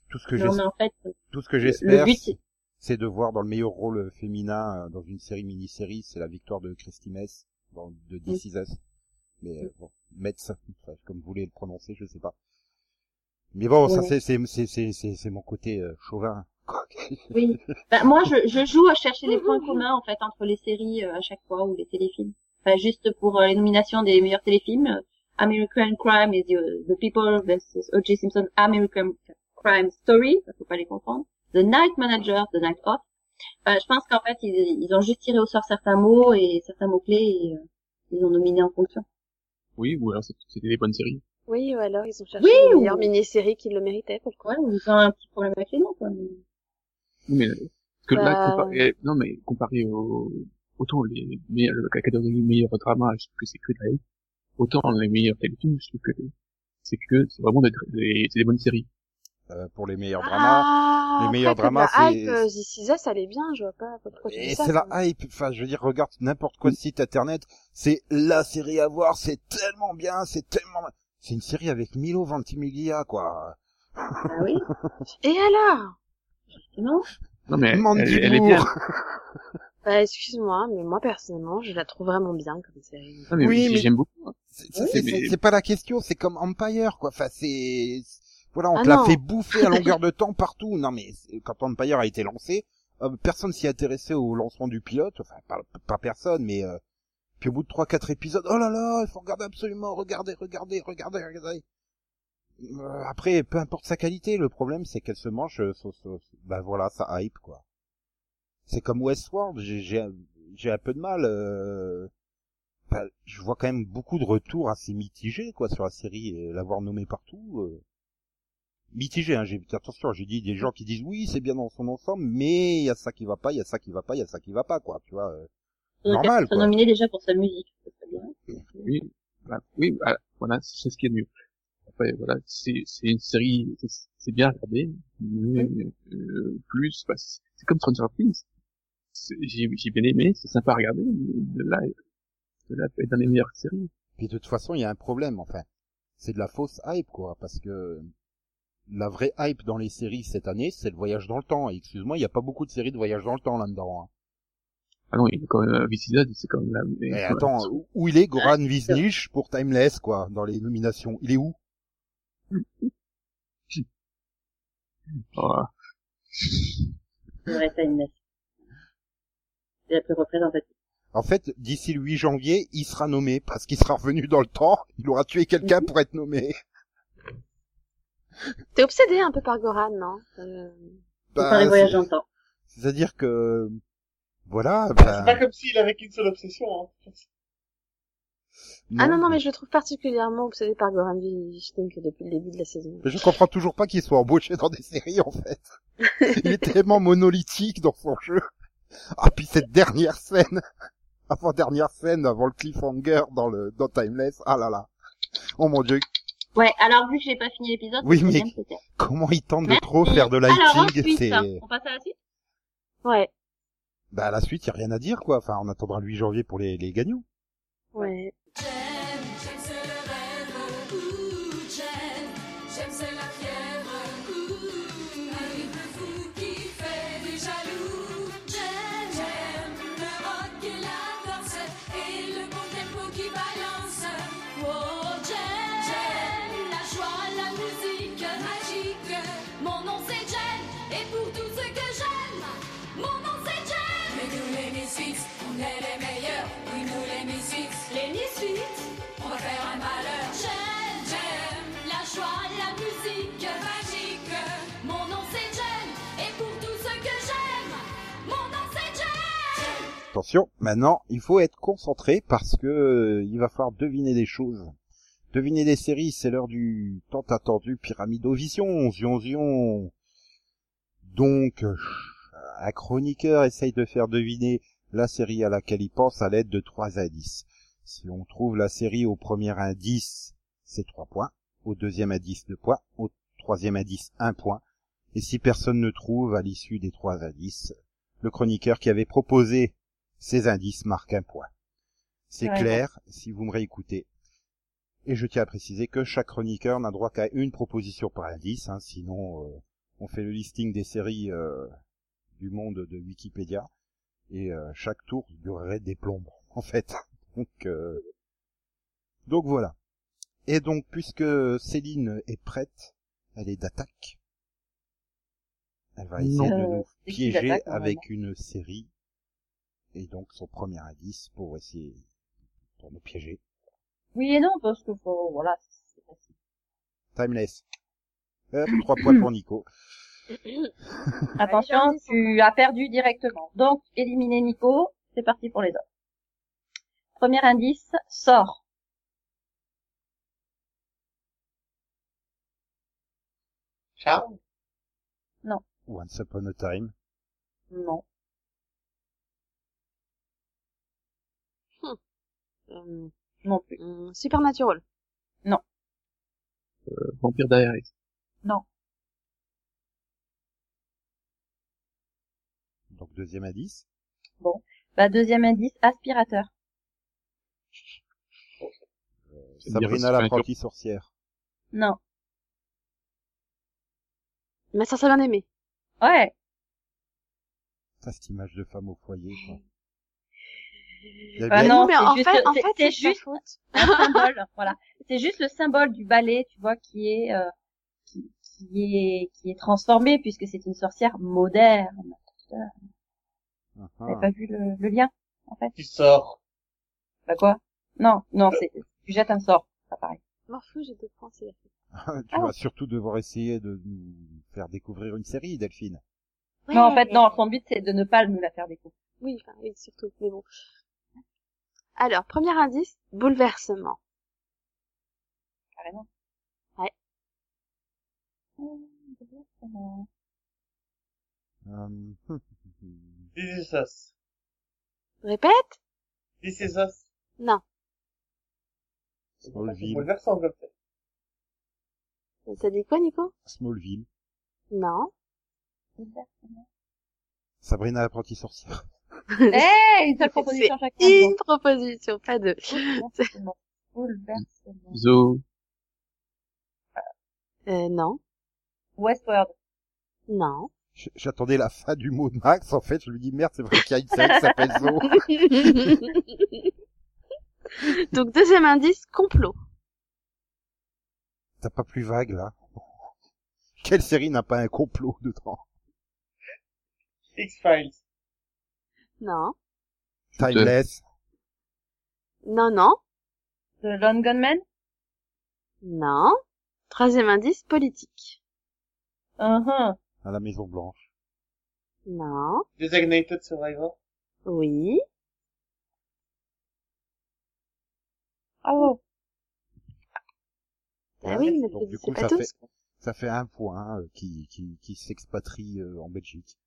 A: tout ce que
C: Non,
A: j'es-
C: mais en fait,
A: tout ce que j'espère,
C: le but,
A: c'est- c'est de voir dans le meilleur rôle féminin euh, dans une série mini-série, c'est la victoire de Christy Metz dans de This Is Us. Mais euh, bon, Metz, enfin, comme vous voulez le prononcer, je sais pas. Mais bon, ça
C: Ouais.
A: c'est c'est c'est c'est c'est c'est mon côté euh, chauvin.
C: oui. Bah, moi, je, je joue à chercher les points communs, en fait, entre les séries euh, à chaque fois ou les téléfilms. Enfin, juste pour euh, les nominations des meilleurs téléfilms, euh, American Crime et The, The People vs. O.J. Simpson, American Crime Story, faut pas les confondre, The Night Manager, The Night Off. Enfin, je pense qu'en fait, ils, ils ont juste tiré au sort certains mots et certains mots-clés et euh, ils ont nominé en fonction.
D: Oui, ou alors c'est- c'était des bonnes séries.
B: Oui, ou alors ils ont cherché
C: Oui,
B: une
C: ou-
B: meilleure mini-série qui le méritait, pour le coup.
C: Ouais, ils ont Ah, un petit problème avec les noms, quoi. mais-
D: Oui, mais, euh, parce que là,
B: Bah,
D: comparé, non, mais comparé au, autant les meilleurs, la catégorie meilleur drama, je trouve que c'est que de la hype. Autant les meilleurs téléfilms, je trouve que c'est que, c'est vraiment des, des, c'est des bonnes séries.
A: Euh, pour les meilleurs dramas.
B: Ah,
A: les meilleurs
B: après, comme
A: dramas,
B: la
A: c'est-
B: hype, euh, This Is Us, elle est bien, je vois pas pourquoi tu dis
A: Et
B: ça.
A: c'est la
B: quoi.
A: hype. Enfin, je veux dire, regarde n'importe quoi de site internet. C'est la série à voir. C'est tellement bien. C'est tellement. C'est une série avec Milo Ventimiglia, quoi.
C: Ah oui,
B: Et alors
C: non
D: Non, mais elle,
A: Mandy
D: elle- elle est
A: Moore.
D: bien.
B: Bah, excuse-moi, mais moi, personnellement, je la trouve vraiment bien comme série.
D: Non, mais
A: Oui,
D: oui,
A: mais-
D: j'aime beaucoup. hein.
A: C'est c'est-
D: Oui,
A: c'est-
D: mais-
A: c'est pas la question. C'est comme Empire, quoi. Enfin, c'est voilà, on
B: Ah
A: te l'a
B: non.
A: fait bouffer à longueur de temps partout. Non, mais c'est- quand Empire a été lancé, euh, personne s'y intéressait au lancement du pilote. Enfin, pas, pas personne, mais euh, puis au bout de trois, quatre épisodes, oh là là, il faut regarder absolument, regardez, regardez, regardez, regardez. Euh, après, peu importe sa qualité, le problème c'est qu'elle se mange, euh, sauce- sauce- bah voilà, ça hype quoi. C'est comme Westworld, j'ai- j'ai un- j'ai un peu de mal. euh, bah, je vois quand même beaucoup de retours assez mitigés quoi sur la série, et l'avoir nommée partout. euh, Mitigé, hein, j'ai attention, j'ai dit des gens qui disent oui, c'est bien dans son ensemble, mais il y a ça qui va pas, il y a ça qui va pas, il y a ça qui va pas, quoi, tu vois. euh,
C: Donc,
A: Normal,
C: elles sont
A: quoi.
C: nominés déjà pour sa musique. c'est pas bien.
D: Oui, voilà, oui, voilà, voilà, c'est ce qui est mieux. Après, voilà, c'est, c'est une série, c'est- c'est bien regardé, mais, euh, plus, bah, c'est c'est comme Stranger Things. C'est- J'ai, j'ai bien aimé, c'est sympa à regarder, mais de là, de là, être dans les meilleures séries.
A: Puis de toute façon, il y a un problème, enfin. C'est de la fausse hype, quoi, parce que la vraie hype dans les séries cette année, c'est le voyage dans le temps. Et excuse-moi, il n'y a pas beaucoup de séries de voyage dans le temps là-dedans.
D: Ah non, il est quand même, euh, Visizade, c'est quand même la
A: hein.
D: meilleure.
A: Et attends, où- où il est Goran Visnich pour Timeless, quoi, dans les nominations Il est où euh,
D: Voilà.
C: C'est vrai, ça, une C'est la plus représentative.
A: En fait, d'ici le 8 janvier, il sera nommé, parce qu'il sera revenu dans le temps, il aura tué quelqu'un pour être nommé.
B: T'es obsédé un peu par Goran, non Euh,
C: Bah, par les
A: c'est-
C: voyages dans le temps.
A: C'est-à-dire que voilà,
E: C'est pas
A: ben,
E: bah, comme s'il avait qu'une seule obsession, hein.
B: Ah non, non, mais je le trouve particulièrement obsédé par Goran Vishnik depuis le début de la saison.
A: Mais je comprends toujours pas qu'il soit embauché dans des séries, en fait. Il est tellement monolithique dans son jeu. Ah, puis cette dernière scène, avant-dernière scène, avant le cliffhanger dans le, dans Timeless, ah là là. Oh mon dieu,
C: Ouais, alors vu que j'ai pas fini l'épisode,
A: Oui,
C: c'est
A: mais-
C: bien, c'était-
A: comment ils tentent de
B: Bah,
C: Merci.
A: trop faire de
C: Alors
A: lighting,
C: ensuite, hein,
A: c'est...
C: on passe à la suite
B: Ouais,
A: Bah, à la suite, y a rien à dire, quoi. Enfin, on attendra le 8 janvier pour les, les gagnants.
B: ouais.
F: J'aime, j'aime c'est le rêve, ouh, j'aime, j'aime c'est la fièvre, ouh, un rythme fou qui fait des jaloux. J'aime, j'aime le rock et la danse et le bon tempo qui balance. Oh, j'aime, j'aime la joie, la musique magique. Mon nom c'est Jen et pour tout ce que j'aime. Mon nom c'est Jen Mais nous les Misfits, on est les meilleurs Oui nous les Misfits Les Misfits On va faire un malheur J'aime, j'aime La joie, la musique magique Mon nom c'est Jen Et pour tout ce que j'aime Mon nom c'est Jen
A: Attention, maintenant, il faut être concentré parce que euh, il va falloir deviner des choses. Deviner des séries, c'est l'heure du tant attendu Pyramidovision, zion zion. Donc, euh, un chroniqueur essaye de faire deviner la série à laquelle il pense à l'aide de trois indices. Si on trouve la série au premier indice, c'est trois points. Au deuxième indice, deux points. Au troisième indice, un point. Et si personne ne trouve à l'issue des trois indices, le chroniqueur qui avait proposé ces indices marquent un point. C'est
C: Ouais.
A: clair si vous me réécoutez. Et je tiens à préciser que chaque chroniqueur n'a droit qu'à une proposition par indice, hein, sinon euh, on fait le listing des séries euh, du monde de Wikipédia et euh, chaque tour durerait des plombes en fait. Donc, euh, donc voilà. Et donc puisque Céline est prête, elle est d'attaque. Elle va essayer
C: Non.
A: de
C: Euh,
A: nous
C: c'est qui
A: piéger
C: l'attaque, normalement
A: avec une série et donc son premier indice pour essayer pour nous piéger.
C: Oui et non, parce que faut, voilà, c'est facile.
A: Timeless. Hop, trois points pour Nico.
C: Attention,
B: Allez,
C: tu as perdu directement. Donc, éliminer Nico, c'est parti pour les autres. Premier indice, sort.
E: Charme
A: Once upon a time.
C: Non.
B: Euh,
C: Non plus.
B: euh, Supernatural.
D: euh, Vampire Diaries.
A: Donc deuxième indice.
C: Bah, deuxième indice, aspirateur.
D: Ça me dirait
A: Sabrina
D: si c'est un
A: l'apprentie sorcière.
C: Non.
B: Ma sœur s'est bien aimée.
C: Ouais.
A: Ça, cette image de femme au foyer, quoi. Il y a
C: Ah
A: Eh bien-
C: non,
B: mais
C: c'est
B: en
C: juste-
B: fait, en
C: c'est-
B: fait,
C: c'est
B: c'est juste.
C: juste- un symbole, voilà. C'est juste le symbole du ballet, tu vois, qui est, euh, qui, qui est, qui est transformé puisque c'est une sorcière moderne.
A: Ah,
C: T'avais
A: ah.
C: pas vu le, le lien
E: Tu sors.
C: Bah quoi Non, non, c'est, tu jettes un sort, c'est pas pareil.
B: M'en fous, j'ai deux points, c'est- Oh.
A: tu vas surtout devoir essayer de nous faire découvrir une série, Delphine.
B: Ouais.
C: Non, en fait, non, son but c'est de ne pas nous la faire découvrir.
B: Oui, enfin, oui, surtout, mais bon. Alors, premier indice, bouleversement.
C: Carrément.
B: Ouais.
C: Hum, bouleversement.
A: Euh,
E: This is us.
B: Répète
E: This is us.
B: Non.
E: C'est
A: Smallville.
E: bouleversant, je le fais.
B: Ça dit quoi, Nico
A: Smallville.
B: Non.
C: Bouleversement.
A: Sabrina l'apprentie sorcière.
C: Eh, une seule proposition chacun.
B: Une proposition, pas deux.
C: donc. Bouleversement. Bouleversement.
D: Zo.
B: Euh, non.
C: Westworld.
B: Non.
A: J- J'attendais la fin du mot de Max, en fait. Je lui dis, merde, c'est vrai qu'il y a une série qui s'appelle Zo.
B: Donc, deuxième indice, complot.
A: T'as pas plus vague, là. Quelle série n'a pas un complot dedans?
E: X-Files.
B: Non.
A: Timeless.
B: Non, non.
C: The Lone Gunman.
B: Non. Troisième indice, politique.
C: Hum, hum.
A: À la Maison Blanche.
B: Non.
E: Designated Survivor.
B: Oui.
C: Ah ouais.
B: Ah oui, mais
A: Donc, du
B: c'est
A: coup,
B: pas
A: ça
B: tous.
A: fait, ça fait un point euh, qui, qui, qui s'expatrie euh, en Belgique.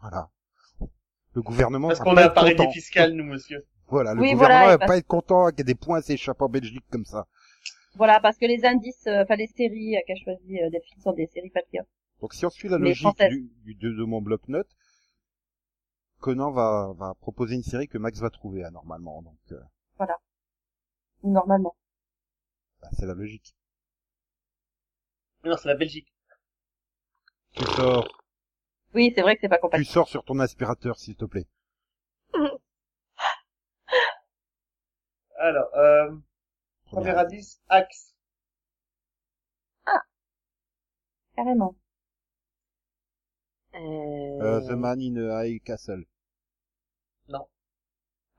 A: voilà. Le gouvernement
E: Parce
A: va
E: qu'on
A: pas
E: a un
A: être
E: paradis
A: content.
E: fiscal, nous, monsieur.
A: Voilà, le
C: Oui,
A: gouvernement
C: voilà, et
A: va
C: parce-
A: pas être content qu'il y ait des points s'échappent en Belgique comme ça.
C: Voilà, parce que les indices, euh, enfin les séries euh, qu'a choisi euh, Delphine sont des séries papier.
A: Donc si on suit la
C: Mais
A: logique
C: française.
A: du, du, de, de mon bloc-notes, Conan va, va proposer une série que Max va trouver hein, normalement. Donc euh,
C: normalement.
A: bah, c'est la logique.
E: Non, c'est la Belgique.
A: Tu sors,
C: Oui, c'est vrai que c'est pas
A: tu
C: compatible.
A: sors sur ton aspirateur s'il te plaît.
E: Alors, euh, premier
A: Première.
E: indice, axe.
C: Carrément.
A: Euh, The Man in a High Castle.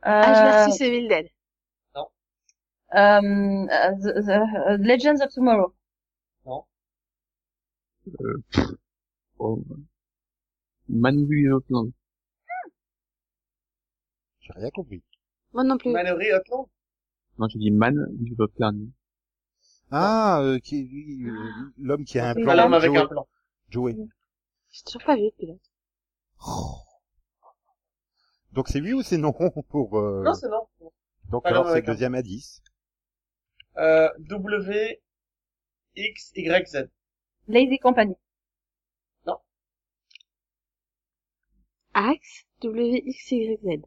B: Ah, je
C: Euh,
B: merci, c'est Evil Dead.
C: euh, euh, the, the- euh, Legends of Tomorrow.
D: Oh. Manu Hotland.
A: J'ai rien compris.
B: Moi non plus.
E: Mallory Hotland.
D: Non, j'ai dit Manu Hotland.
A: Ah, euh, qui, lui, euh, l'homme qui a un
C: Oui,
A: plan.
E: Un homme avec
A: Joey.
E: un plan.
A: Joey. Oh.
B: J'ai toujours pas vu le pilote.
A: Donc c'est oui ou c'est non pour... euh,
E: Non, c'est non.
A: Donc
E: pas
A: alors
E: l'homme
A: c'est
E: avec un-
A: deuxième indice.
E: Euh, W, X, Y, Z.
C: Lazy Company.
B: Axe, W, X, Y, Z.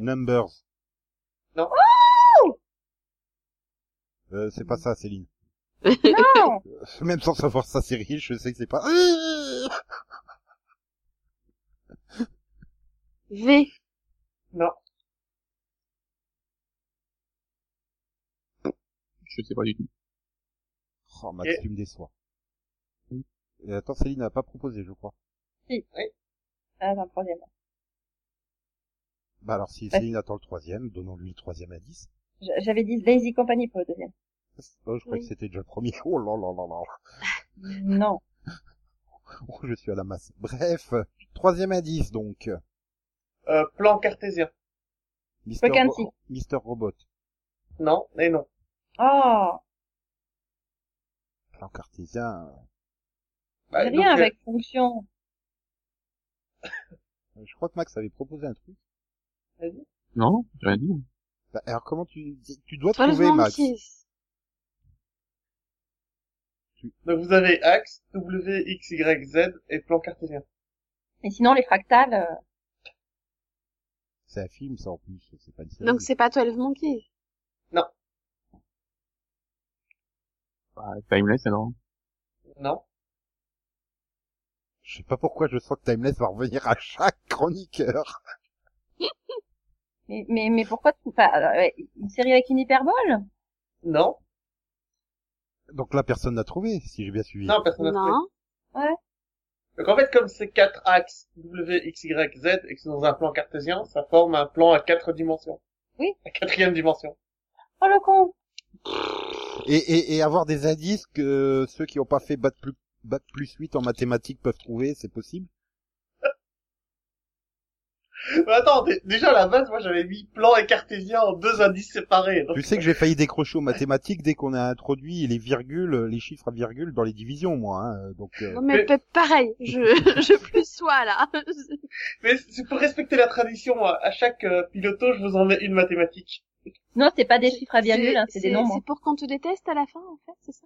A: Numbers.
E: Non.
A: Euh, c'est pas ça, Céline.
C: Non
A: Même sans savoir sa série, je sais que c'est pas...
B: V.
E: Non.
D: Je sais pas du tout.
A: Oh, Max,
E: Et-
A: tu me déçois. Et attends, Céline n'a pas proposé, je crois.
C: Ah, dans le troisième.
A: Bah alors, si
C: Ouais.
A: Céline attend le troisième, donnons-lui le troisième indice.
C: J- J'avais dit Lazy Company pour le deuxième.
A: Oh, je croyais
B: Oui.
A: que c'était déjà le premier. Oh là là là là.
C: Non.
A: Oh, je suis à la masse. Bref, troisième indice, donc.
E: Euh, plan cartésien.
A: Mister,
C: Spock and
A: Ro-
C: Six.
A: Mister Robot.
E: Non, et non.
C: Oh,
A: Plan cartésien.
E: Bah,
C: rien
E: donc, euh,
C: avec fonction.
A: euh, Je crois que Max avait proposé un truc.
D: Non, j'ai rien dit.
A: Bah, alors comment tu, tu dois
B: 12
A: trouver, Max?
B: Monkeys.
E: Donc vous avez axe, W, X, Y, Z et plan cartésien.
C: Et sinon, les fractales, euh,
A: C'est un film, ça, en plus. C'est pas une série.
B: Donc c'est pas 12 Monkeys.
D: Bah, Timeless, alors.
E: Non.
A: Je sais pas pourquoi je sens que Timeless va revenir à chaque chroniqueur.
C: mais, mais, mais pourquoi tu, enfin, alors, ouais, une série avec une hyperbole?
E: Non.
A: Donc là, personne n'a trouvé, si j'ai bien suivi.
E: Non, personne n'a trouvé.
B: Non.
E: Donc en fait, comme c'est quatre axes, W, X, Y, Z, et que c'est dans un plan cartésien, ça forme un plan à quatre dimensions.
C: Oui.
E: La quatrième dimension.
C: Oh, le con!
A: Et, et, et avoir des indices que ceux qui n'ont pas fait Bac plus, Bac plus 8 en mathématiques peuvent trouver, c'est possible
E: Mais attends, dé- déjà à la base, moi j'avais mis plan et cartésien en deux indices séparés. Donc,
A: Tu sais que j'ai failli décrocher aux mathématiques dès qu'on a introduit les virgules, les chiffres à virgule dans les divisions, moi. hein, Donc, euh,
B: Non, mais pa- pareil, je, je plus sois là.
E: Mais c'est pour respecter la tradition, à à chaque euh, piloto, je vous en mets une mathématique.
C: Non, c'est pas des chiffres à virgule, hein, c'est
B: c'est-
C: des nombres.
B: C'est pour qu'on te déteste à la fin, en fait, c'est ça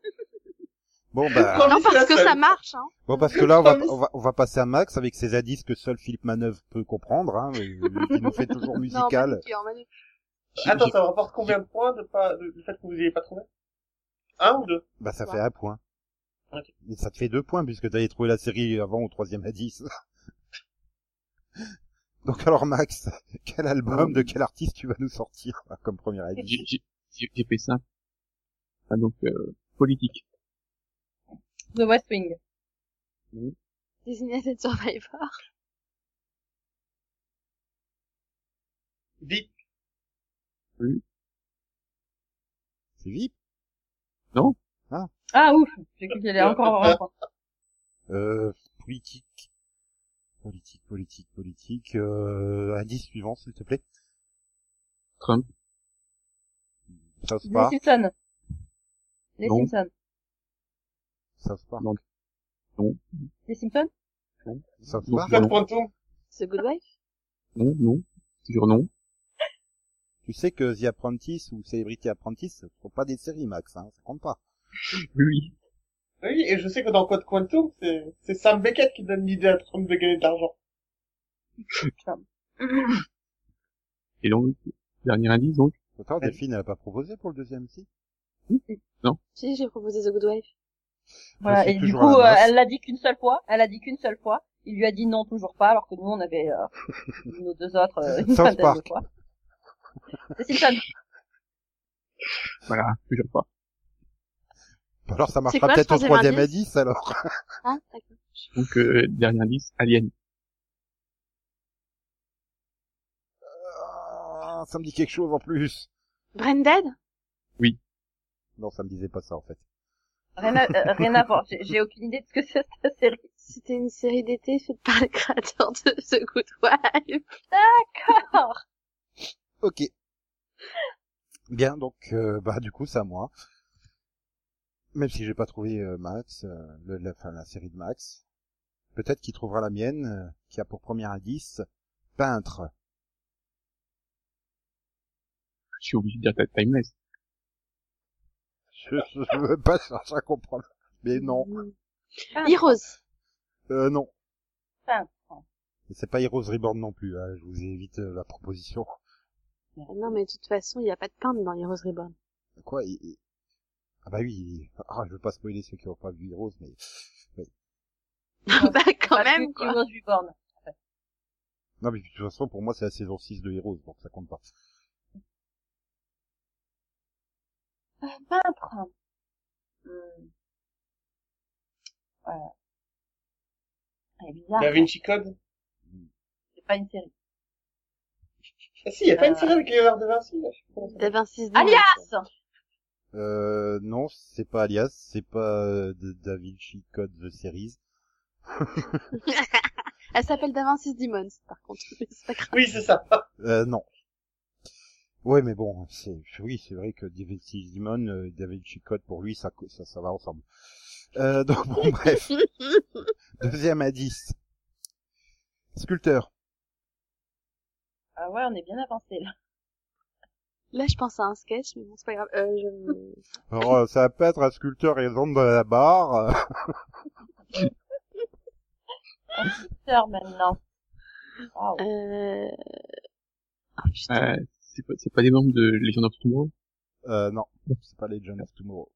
A: bon, bah,
E: Non, mais
B: Non,
E: c'est la
B: parce que
E: seule.
B: ça marche, hein.
A: bon, parce que là, on va,
E: Promis.
A: on va, on va passer à Max avec ses indices que seul Philippe Manœuvre peut comprendre, hein, mais- qui nous fait toujours musical.
B: Non, manucure,
D: J'ai-
E: Attends,
D: j'ai-
E: ça me rapporte combien de points de pas, de- du fait que vous n'ayez pas trouvé? Un ou deux?
A: Bah, ça fait un point.
E: Ok.
A: Et ça te fait deux points puisque t'avais trouvé la série avant au troisième indice. Donc alors Max, quel album de quel artiste tu vas nous sortir là, comme premier indice
D: J'ai, j'ai, j'ai- j'ai fait ça. Ah, donc, euh, politique.
C: hein. The West Wing.
B: Désigné à cette Survivor.
E: Vite.
A: C'est VIP
C: Ah, ouf! J'ai cru qu'il allait encore hein. avoir un point.
A: Euh, politique. Politique, politique, politique. Euh, indice suivant s'il te plaît.
D: Trump.
A: South
C: Les
A: Park,
C: Simpsons. Les
A: Non.
C: Simpsons.
A: South Park,
D: Non.
C: Les Simpsons
A: South
D: Non,
A: Park.
D: c'est
E: Club
D: bon.
E: Quantum.
B: The Good Wife
D: Non, non. Toujours non.
A: Tu sais que The Apprentice ou Celebrity Apprentice, ce sont pas des séries, Max, hein, ça compte pas.
D: Oui, oui.
E: Oui, et je sais que dans Code Quantum, c'est, c'est Sam Beckett qui donne l'idée à Trump de gagner de l'argent.
D: Et donc, dernier indice, donc.
A: Pourtant,
E: Ouais.
A: Delphine, elle a pas proposé pour le deuxième, si
B: Si, j'ai proposé The Good Wife.
A: Je
C: Voilà.
A: suis
C: Et du
A: toujours
C: coup,
A: à la
C: euh,
A: noce.
C: elle l'a dit qu'une seule fois. Elle a dit qu'une seule fois. Il lui a dit non, toujours pas, alors que nous, on avait euh, nos deux autres euh, une
A: South
C: vingtaine
A: Park.
C: de fois. Les Simpsons.
D: Voilà, toujours pas.
A: Bah Alors, ça marchera
B: quoi,
A: peut-être
B: le
A: au
B: troisième
A: troisième
B: indice
A: indice, alors.
B: Ah, d'accord.
D: Donc, euh, dernier indice, Alien.
A: Ah, ça me dit quelque chose en plus.
B: Branded
A: Non, ça me disait pas ça, en fait.
C: Rien à, euh, rien à voir. J'ai- J'ai aucune idée de ce que c'est cette série.
B: C'était une série d'été faite par le créateur de The Good Wife.
A: Ok. Bien, donc, euh, bah, du coup, c'est à moi. Même si j'ai pas trouvé euh, Max, euh, le, la, enfin, la série de Max. Peut-être qu'il trouvera la mienne, euh, qui a pour premier indice, peintre.
D: Je suis obligé de dire ta timeless.
A: Je, je, je veux pas chercher à comprendre. Mais non,
B: Ah. Heroes.
A: euh, non.
C: Peintre.
A: Et c'est pas Heroes Reborn non plus, hein, je vous évite euh, la proposition.
B: Non, mais de toute façon, il n'y a pas de peintre dans Heroes Reborn.
A: Quoi il- il- Ah bah oui, il- ah, je veux pas spoiler ceux qui ont pas vu Heroes, mais...
B: bah, quand
C: Pas
B: même,
C: plus
B: quoi.
C: Heroes Reborn.
A: Non mais de toute façon, pour moi, c'est la saison 6 de Heroes, donc ça compte pas.
C: Un peintre. Hmm. Voilà. Elle est
B: Ah.
C: bizarre.
E: Da Vinci Code.
C: C'est pas une série.
E: Ah si, y a pas
C: Euh.
E: une série avec Léonard de Vinci, là, je sais pas comment ça
B: Da Vinci Demons.
C: Alias!
A: Euh, non, c'est pas Alias, c'est pas euh, de- Da Vinci Code The Series.
B: Elle s'appelle Da Vinci's Demons, par contre. Mais c'est pas grave.
E: s'appelle. Oui, c'est ça.
A: Euh, non. Ouais, mais bon, c'est, oui, c'est vrai que Da Vinci Demon, euh, Da Vinci Code, pour lui, ça, co- ça, ça va ensemble. Euh, donc bon, bref. Deuxième indice. Sculpteur.
C: Ah ouais, on est bien avancé, là.
B: Là, je pense à un sketch, mais bon, c'est pas grave. Euh, je...
A: Alors, euh, ça va pas être un sculpteur et vendre à la barre.
C: Sœur, maintenant. Waouh.
B: Euh... Oh, putain.
D: Euh, c'est pas, c'est pas des membres de Legend of Tomorrow.
A: Euh, non. C'est pas Legend of Tomorrow.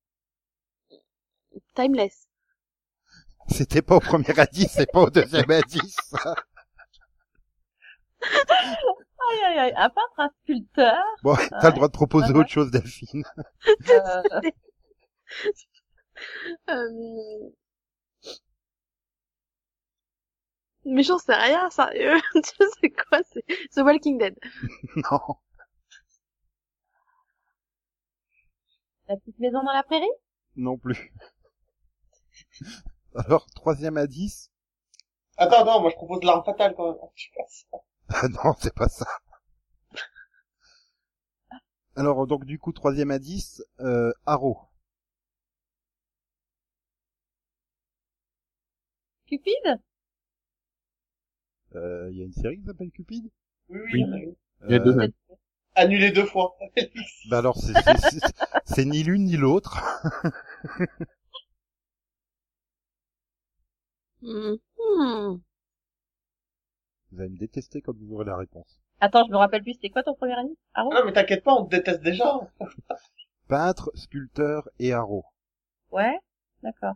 B: Timeless.
A: C'était pas au premier indice, c'est pas au deuxième indice.
C: Aïe, aïe, aïe. Un peintre, un sculpteur.
A: Bon, t'as le droit de proposer
C: Ouais.
A: autre chose, Delphine.
C: euh,
B: Euh... Mais j'en sais rien, sérieux. tu sais quoi, c'est The Walking Dead.
A: Non.
C: la petite maison dans la prairie.
A: Non plus. Alors, troisième à 10
E: Attends, non, moi je propose l'arme fatale quand même. Ah, je sais pas ça.
A: Ah non, c'est pas ça. Alors, donc du coup, troisième à 10, euh, Arrow.
C: Cupide.
A: Euh, Il y a une série qui s'appelle Cupid
E: Oui, oui, Ah. il y
D: Oui.
E: en a une.
D: Il y a
A: Euh,
D: deux. hein.
E: Annulé deux fois.
A: Bah alors, c'est- c'est- c'est c'est ni l'une ni l'autre.
B: Hmm. Hmm.
A: Vous allez me détester quand vous aurez la réponse.
C: Attends, je me rappelle plus, c'était quoi ton premier ami? Ah
E: Ah non, mais t'inquiète pas, Ah, on te déteste déjà.
A: Peintre, sculpteur et Arrow.
C: Ouais. D'accord.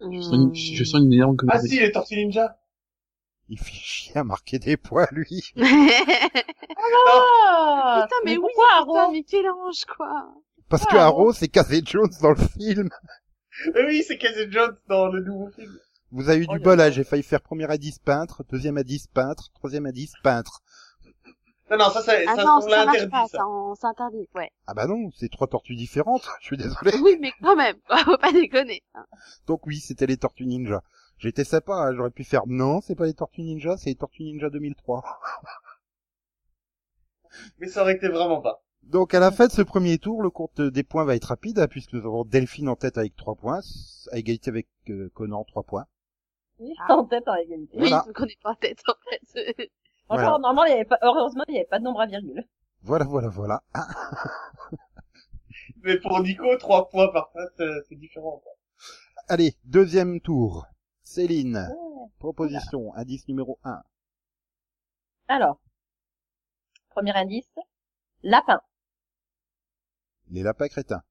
D: Je sens une, je sens une énorme
E: Ah
D: connerie.
E: si, les Tortues Ninja.
A: Il fait chier à marquer des points, lui.
C: Oh!
B: Putain, Ah, mais, oui,
C: pourquoi,
B: putain,
C: Aaron
B: Michel-Ange, quoi.
A: Parce que
C: Ah,
A: Arrow, c'est Casey Jones dans le film.
E: Mais oui, c'est Casey Jones dans le nouveau film.
A: Vous avez eu
C: Oh
A: du
C: là
A: bol,
C: là.
A: là. J'ai failli faire premier à 10 peintre, deuxième à 10 peintre, troisième à 10 peintre.
E: Non, non, ça, ça,
B: Ah
E: ça
B: non,
E: on
B: ça,
E: l'a
B: marche
E: interdit,
B: pas,
E: ça.
B: ça, on s'interdit, ouais.
A: Ah bah non, c'est trois tortues différentes, je suis désolé.
B: Oui, mais quand même, faut pas déconner.
A: Donc oui, c'était les Tortues Ninja. J'étais sympa, hein, j'aurais pu faire non, c'est pas les Tortues Ninja, c'est les Tortues Ninja 2003.
E: mais ça aurait été vraiment pas.
A: Donc à la fin de ce premier tour, le compte des points va être rapide, hein, puisque nous avons Delphine en tête avec 3 points, à égalité avec euh, Conan 3 points.
C: Oui, en tête en égalité.
B: Oui,
A: Voilà.
B: donc on est pas en tête, en fait.
A: Voilà.
C: Encore, normalement, il y avait pas, heureusement, il n'y avait pas de nombre à virgule.
A: Voilà, voilà, voilà. Ah,
E: Mais pour Nico, trois points par face, euh, c'est différent. quoi.
A: allez, deuxième tour. Céline,
C: Oh.
A: proposition, indice numéro 1.
C: Alors. Premier indice. Lapin.
A: Les lapins crétins.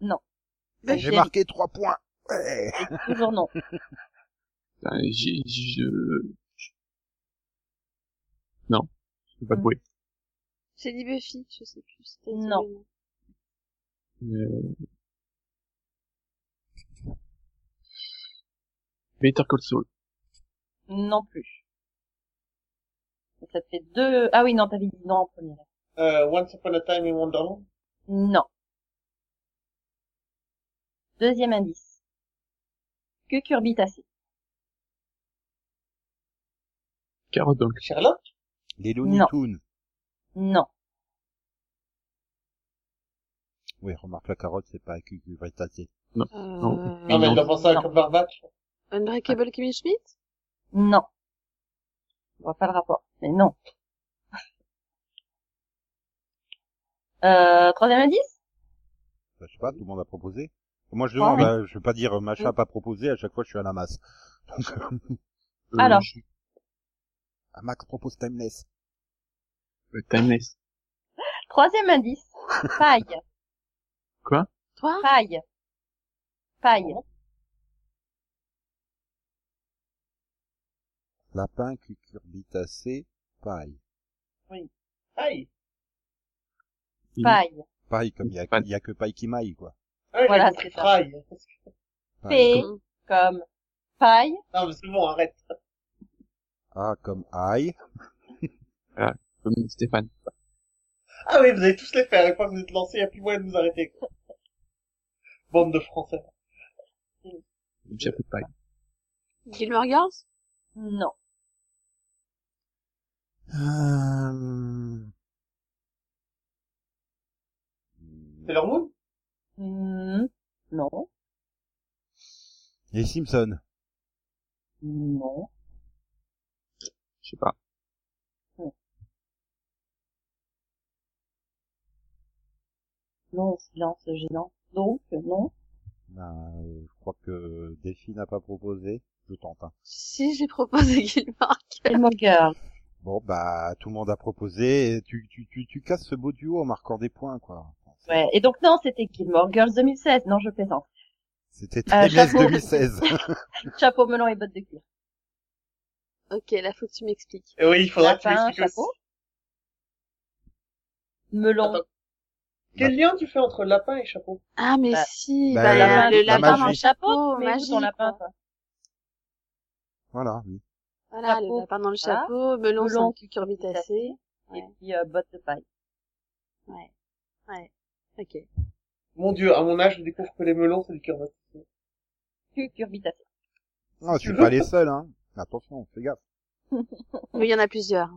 A: Eh,
C: Ben,
A: J'ai
C: j'ai-
A: marqué 3 points. Ouais.
C: Toujours non.
D: Putain, j'ai- j'ai- je... euh, Non, je peux pas trouver.
B: J'ai dit Buffy, je sais plus. si t'as dit
C: Non.
B: le nom.
D: Euh... Better Call Saul.
C: Non plus. Donc, Ça te fait deux, ah oui, non, t'avais dit non en premier.
E: Euh, Once Upon a Time in Wonderland.
C: Non. Deuxième indice. Cucurbitacée.
D: Carotte donc.
E: Sherlock.
A: Les Looney
C: Non.
A: Tunes.
C: Non.
A: Oui, remarque la carotte, c'est pas cucurbitacée.
B: Euh,
E: Ah, mais il a pensé à
C: Non.
E: Cumberbatch.
B: Unbreakable Kimmy Schmidt?
C: Non. Je vois pas le rapport, mais non. Euh, troisième indice?
A: Bah, je sais pas, tout le monde a proposé. Moi, je
C: Ah,
A: demande,
C: oui.
A: hein, je vais pas dire euh, machin
C: Oui.
A: pas proposé, à chaque fois, je suis à la masse. Donc, euh,
D: Euh,
C: Alors.
D: je-
A: ah, Max propose Timeless.
D: euh, Timeless.
C: Troisième indice. Paille.
B: Toi?
C: Paille. Paille.
A: Lapin, cucurbitacée, paille.
E: Aïe.
C: Paille.
A: Paille, comme il y a,
D: Paille.
A: il y a que paille qui maille, quoi.
E: Ah, voilà,
C: Voilà,
E: compris
C: c'est ça.
E: Fry.
A: Paille.
C: P. Comme paille.
E: Non, mais c'est bon, arrête.
A: A Ah, comme aille.
D: Comme Stéphane.
E: Ah oui, vous allez tous les faire. Une fois que vous êtes lancés, il n'y a plus moyen de nous arrêter. quoi. Bande de Français.
D: J'ai appris de paille.
B: Gilmore Girls?
C: Non.
A: Euh...
E: C'est leur mood
C: Hmm. Non.
A: Les Simpsons.
C: Non.
D: Je sais pas.
C: Non, silence gênant. Donc, non.
A: Ben, euh, je crois que Delphine n'a pas proposé. Je tente. hein.
B: Si, j'ai proposé Gilmore Girls.
C: Gilmore Girls.
A: Bon, bah, tout le monde a proposé. Et tu, tu, tu, tu casses ce beau duo en marquant des points, quoi.
C: Ouais. Et donc, non, c'était Gilmore Girls 2016. Non, je plaisante.
A: C'était
C: Euh,
A: Timeless
C: chapeau.
A: 2016.
C: Chapeau melon et bottes de cuir.
B: Ok, là, faut que tu m'expliques.
E: Eh oui, il faudra que tu
C: Lapin,
E: m'expliques aussi.
C: chapeau. Melon.
E: Attends. Quel lien tu fais entre lapin et chapeau
B: Ah, mais
C: Bah,
B: si,
A: bah,
B: bah,
A: la-
B: le
A: la
B: lapin dans le
A: magie.
B: chapeau,
C: mais où
B: magie.
C: ton lapin,
B: quoi.
C: toi
A: voilà, oui.
B: Voilà,
C: Chapeau.
B: le lapin dans le
C: Voilà.
B: chapeau, melon,
C: Melon,
B: sans cucurbitacé.
C: Et
B: Ouais.
C: puis, euh, bottes de paille.
B: Ok.
E: Mon dieu, à mon âge, je découvre que les melons, c'est du cœur
C: Cucurbitacée.
A: Non, je
E: Tu
A: suis
E: veux
A: pas les seuls, hein. Attention, fais gaffe.
B: Mais il y en a plusieurs.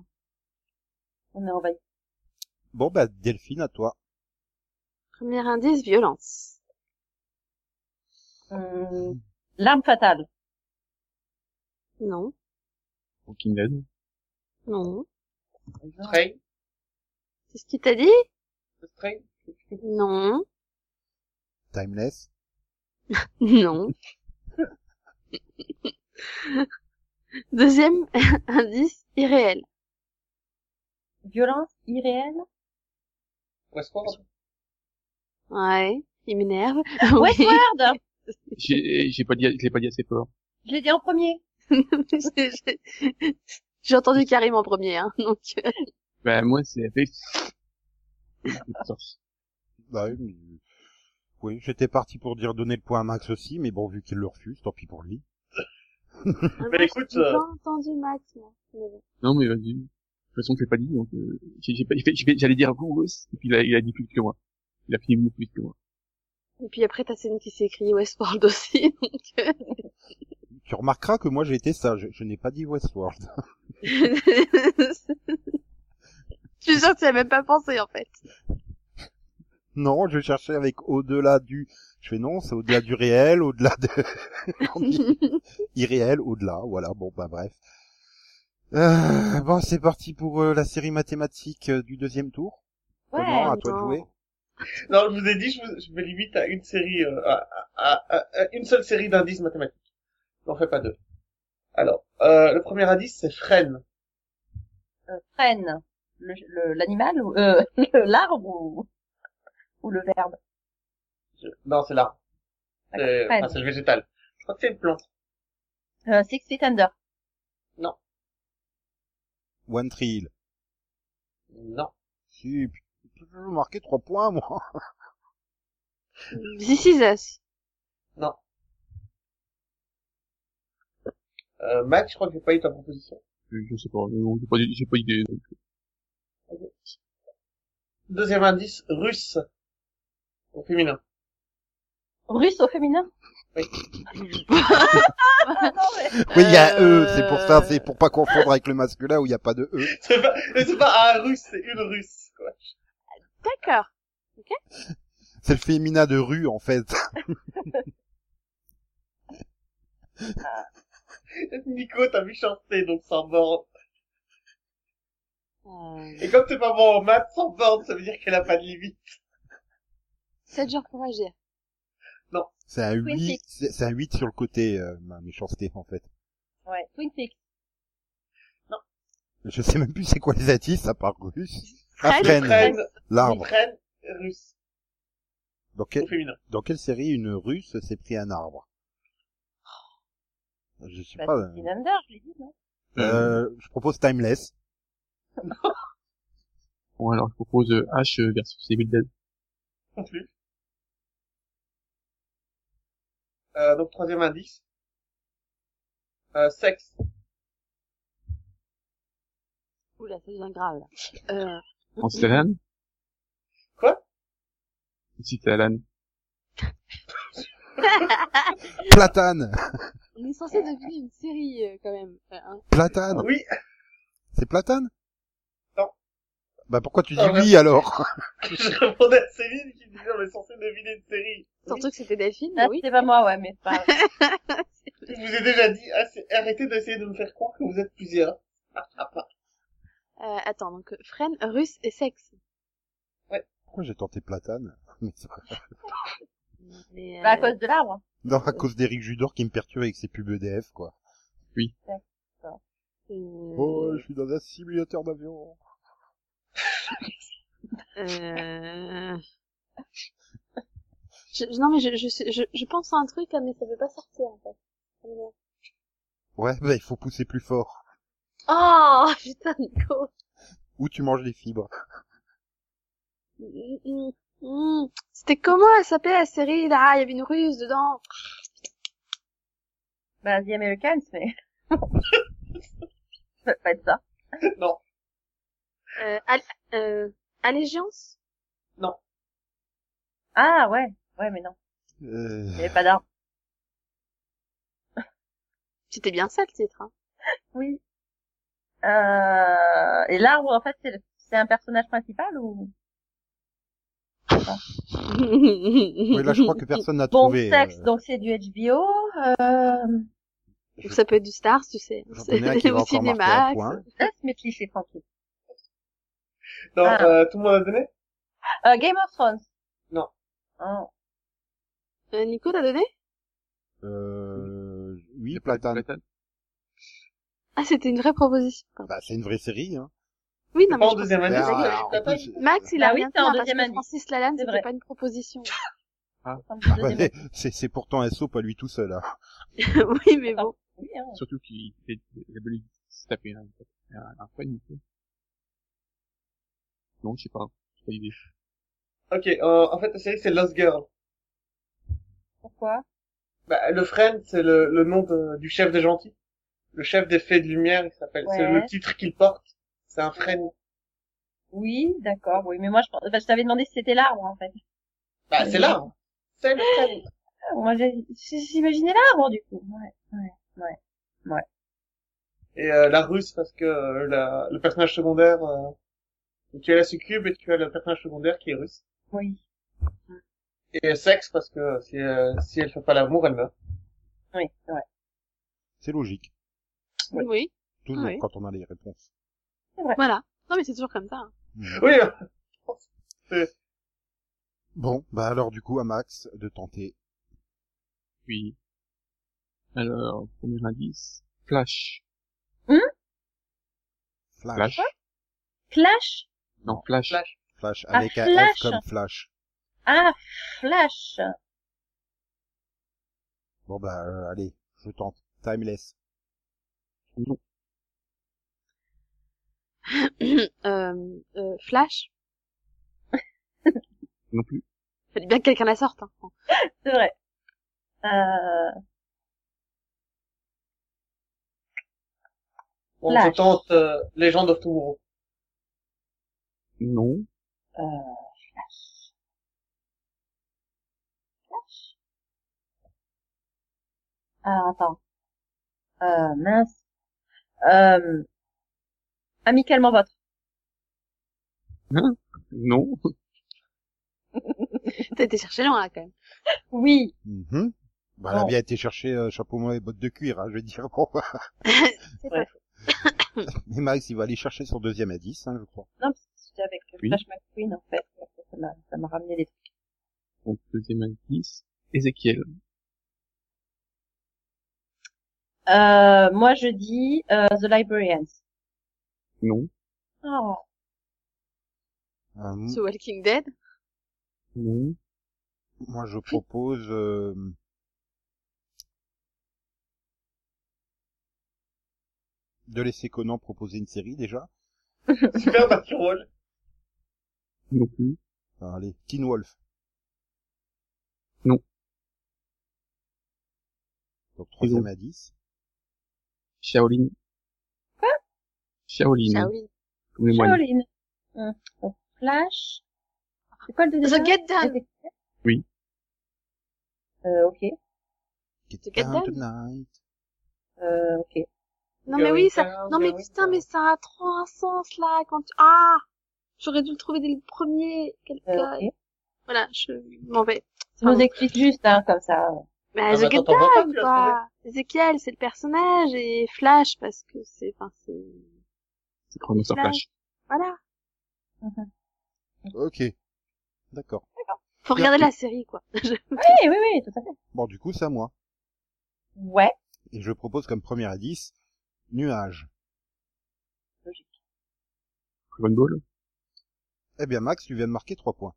C: On est envahi.
A: Bon, bah, Delphine, à toi.
B: Premier indice, violence.
C: Hum, L'arme fatale.
B: Non,
D: Walking Dead.
B: non.
E: Stray.
B: C'est ce qu'il t'a dit?
E: Stray.
B: Non,
A: Timeless.
B: non. Deuxième indice, irréel.
C: Violence irréelle.
E: Westworld.
B: Ouais, il m'énerve.
C: Westward!
D: J'ai j'ai pas dit, je l'ai pas dit assez fort.
C: Je l'ai dit en premier.
B: J'ai- j'ai- J'ai entendu Karim en premier, hein, donc euh,
D: Ben, moi, c'est fait. Putain.
A: Bah, oui, mais- oui, j'étais parti pour dire donner le point à Max aussi, mais bon, vu qu'il le refuse, tant pis pour lui.
E: Mais
B: Ah
E: écoute,
B: j'ai pas
E: euh,
B: entendu Max. moi. Mais bon.
D: Non, mais vas-y. De toute façon, je l'ai pas dit, donc, euh, j'ai- j'ai pas- j'ai fait- j'ai fait- j'allais dire Gourous, et puis il a, il a dit plus vite que moi. Il a fini beaucoup plus vite que moi.
B: Et puis après t'as Céline qui s'est écriée Westworld aussi, donc euh,
A: Tu remarqueras que moi, j'ai été sage. Je n'ai pas dit Westworld.
B: je Je suis sûre que tu n'y as même pas pensé, en fait.
A: Non, je cherchais avec au-delà du. Je fais non, c'est au-delà du réel, au-delà de On dit irréel, au-delà. Voilà. Bon, bah bref. Euh, bon, c'est parti pour euh, la série mathématique euh, du deuxième tour.
C: Ouais,
A: Comment à toi de
B: non.
A: jouer
E: Non, je vous ai dit, je, vous- je me limite à une série, euh, à, à- à- à une seule série d'indices mathématiques. J'en fais pas deux. Alors, euh, le premier indice, c'est freine.
C: euh, freine le- le- l'animal ou euh, le- l'arbre ou, ou le verbe
E: Je- Non, c'est l'arbre.
C: D'accord,
E: C'est
C: freine.
E: Euh, enfin, c'est le végétal. Je crois que c'est une plante.
C: Euh, Six Feet Under.
A: One Tree Hill.
E: Non.
A: Si, puis, j'ai toujours marqué trois points, moi.
B: This is us.
E: Euh, Max, je crois que j'ai pas eu ta proposition.
D: Je, je sais pas, non, j'ai pas, d'idée- j'ai pas idée.
E: Deuxième indice, russe. Au féminin.
C: Russe au féminin Ah non, mais...
A: Oui, il y a
B: Euh,
A: E, c'est pour ça, c'est pour pas confondre avec le masculin où il n'y a pas de E.
E: C'est pas, c'est pas un russe, c'est une russe, quoi.
B: D'accord.
A: C'est le féminin de rue, en fait.
E: Nico, t'as vu chanter, donc sans borne. Et comme t'es pas bon en maths, sans borne, ça veut dire qu'elle a pas de limite.
B: 7 jours pour agir.
A: C'est un
C: Twin
A: 8,
C: Peaks.
A: c'est c'est un 8 sur le côté, euh, ma méchanceté, en fait.
C: ouais, Twin Peaks.
A: Je sais même plus c'est quoi les indices, à part russe.
B: Freine.
A: Freine,
E: Freine,
A: l'arbre.
E: freine, russe.
A: Dans, quel-
E: Au féminin.
A: dans quelle série une russe s'est pris un arbre? Je sais
C: Bah,
A: pas.
C: Six Feet Under, je l'ai dit, non
A: Euh, je propose Timeless.
D: Bon, alors, je propose euh, H versus Evil Dead.
E: Non plus. Euh, donc troisième indice. Euh, sexe.
B: Oula, ça devient grave, là. Euh,
D: En Alan?
E: Quoi
D: Si c'est Alan.
A: Platane!
B: on est censé deviner une série, euh, quand même. Euh, hein.
A: Platane!
E: Oui,
A: C'est Platane?
E: Non.
A: Bah pourquoi tu dis
E: Ah ouais.
A: oui alors?
E: je répondais à Céline qui disait on est censé deviner une série. Oui.
B: Surtout que c'était Delphine,
C: Ah,
B: mais oui.
C: C'est pas moi, ouais, mais c'est pas...
E: Je vous ai déjà dit, assez- arrêtez d'essayer de me faire croire que vous êtes plusieurs. Ah, ah, ah.
B: Euh, attends, donc, euh, freine, russe et sexe.
A: Pourquoi j'ai tenté Platane? Mais c'est pas-
B: Mais, euh,
C: bah, à cause de l'arbre.
A: Non, à cause d'Eric Judor qui me perturbe avec ses pubs EDF, quoi.
B: euh,
A: Oh, je suis dans un simulateur d'avion.
B: euh, je, je- non, mais je, je, sais- je, je pense à un truc, là, mais ça veut pas sortir, en fait.
A: Ouais, bah il faut pousser plus fort.
B: Oh, putain, Nico.
A: Ou tu manges des fibres.
B: Mm, mm, mm. C'était comment elle s'appelait la série là Il y avait une ruse dedans.
C: Bah, The Americans, mais... ça peut pas être ça.
E: Non,
B: Euh, Al- euh, Allégeance
C: Ah, ouais. Ouais, mais non.
A: Euh...
C: Il y avait pas d'arbre.
B: C'était bien ça le titre. Hein.
C: Oui. Euh... Et l'arbre, en fait, c'est le... c'est un personnage principal ou...
A: Ouais, là je crois que personne n'a
C: Bon,
A: trouvé.
C: sexe,
A: euh,
C: donc c'est du HBO. Euh...
B: Ou ça peut être du Stars, tu sais.
A: j'en
B: C'est-
A: connais un qui va
B: au
A: encore marquer un
B: cinéma.
A: point.
C: Laisse mes clichés tranquilles.
E: non,
C: Ah.
E: euh, tout le monde a donné
C: Euh, Game of Thrones.
E: Non.
C: Oh.
B: Euh, Nico, t'as donné
A: Euh... Oui, Platane.
B: Ah, c'était une vraie proposition.
A: Bah c'est une vraie série, hein.
B: Oui, non,
E: C'est
B: Ah, mais
E: pas en
B: je
E: deuxième indice
A: Bah,
E: que j'ai
A: alors,
E: eu
A: en
E: Platane.
A: plus,
B: pense- Max, il
C: Bah
B: a
C: oui,
B: rien
C: c'est en
B: fait, hein,
C: deuxième
B: parce que
C: indice.
B: Francis Lalanne,
C: C'est
B: c'était
C: vrai.
B: pas une proposition.
A: ah, bah, c'est c'est pourtant SO pas lui tout seul. Hein.
B: oui, mais bon.
C: Oui, hein.
D: Surtout qu'il il a voulu se taper un, un, un poids, nickel. Non, je sais pas. J'ai pas d'idée.
E: Ok, euh, en fait la série c'est Lost Girl.
C: Pourquoi
E: Bah, le friend, c'est le, le nom de- du chef des gentils. Le chef des fées de lumière, il s'appelle. C'est
C: Ouais.
E: le titre qu'il porte. C'est un friend.
C: Oui, d'accord. Oui, mais moi, je, pense- enfin, je t'avais demandé si c'était l'arbre, en fait.
E: Bah, c'est l'arbre. C'est le friend.
C: Ah, Moi, j'ai- j'imaginais l'arbre, du coup. Ouais.
E: Et euh, la russe, parce que euh, la- le personnage secondaire, euh, Et tu as la succube et tu as le personnage secondaire qui est russe.
C: Oui.
E: Et sexe parce que si, euh, si elle fait pas l'amour, elle meurt.
C: Oui, c'est vrai.
A: C'est logique.
B: Oui.
C: Oui.
A: Toujours
B: Oui.
A: quand on a les réponses.
B: Voilà. Non, mais c'est toujours comme ça. hein.
E: Oui,
A: Bon, bah alors du coup à Max de tenter.
D: Puis, alors, premier indice, Flash.
A: Flash.
C: Clash
D: Non, Flash.
E: Flash.
A: Flash.
C: Ah,
A: Avec un F
C: Flash.
A: comme Flash.
C: Ah, Flash
A: Bon bah euh, allez, je tente. Timeless.
B: euh, euh, Flash.
D: Non plus.
B: Fallait bien que quelqu'un la sorte. hein.
C: C'est vrai. Euh,
E: On
C: Flash.
E: te tente euh, Legend of Tomorrow.
D: Non.
C: Euh, ah, attends. Euh, mince. Euh, amicalement votre.
D: Non.
B: T'as été chercher loin, là, quand même.
C: Oui.
A: Mhm. Bah elle a
C: Bon.
A: bien été chercher euh, chapeau moins et bottes de cuir, hein, je vais dire. Bon.
B: C'est pas
C: Ouais.
B: faux.
A: Mais Max il va aller chercher son deuxième indice, hein, je crois.
C: Non, parce que c'était avec le
D: Oui.
C: Flash McQueen, en fait. Ça m'a, ça m'a ramené des trucs.
D: Donc, deuxième indice, Ezekiel.
C: Euh, moi, je dis euh, The Librarians.
D: Non.
C: Oh,
A: Euh, m-
B: The Walking Dead.
D: Non.
A: moi je propose euh, de laisser Conan proposer une série déjà.
E: Super Batgirl.
D: Non plus.
A: Ah, allez, Teen Wolf.
D: Non.
A: Donc troisième
D: Non.
A: indice.
D: Shaolin.
C: Quoi
D: Shaolin.
B: Shaolin.
D: Comme les moines.
C: Shaolin. Hum. Donc, Flash. C'est quoi le deuxième
B: The Get Down.
C: Effectivement.
D: Oui.
C: Euh, ok.
A: Get
B: The Get
A: down
B: Down.
A: tonight.
C: Euh, ok.
B: Non, mais oui, ça, non, mais putain, mais ça a trop un sens, là, quand tu... Ah! J'aurais dû le trouver dès le premier,
C: Euh,
B: quelqu'un.
C: ok.
B: Voilà, je m'en vais.
C: Tu nous
B: Pardon.
C: expliques juste, hein, comme ça.
B: Bah,
E: Ah,
B: The
E: bah,
B: Get
E: attends, t'en vois pas,
B: Down,
E: tu l'as
B: quoi. Ezekiel, c'est le personnage, et Flash, parce que c'est, enfin, c'est,
D: C'est Chronos en Flash.
B: voilà.
A: Ok. D'accord.
B: Faut
A: Bien.
B: regarder la série, quoi. Je-
C: Oui, oui, oui, tout à fait.
A: Bon, du coup, c'est à moi.
C: Ouais.
A: Et je propose comme premier indice, nuage.
D: Dragon Ball.
A: Eh bien, Max, tu viens de marquer trois points.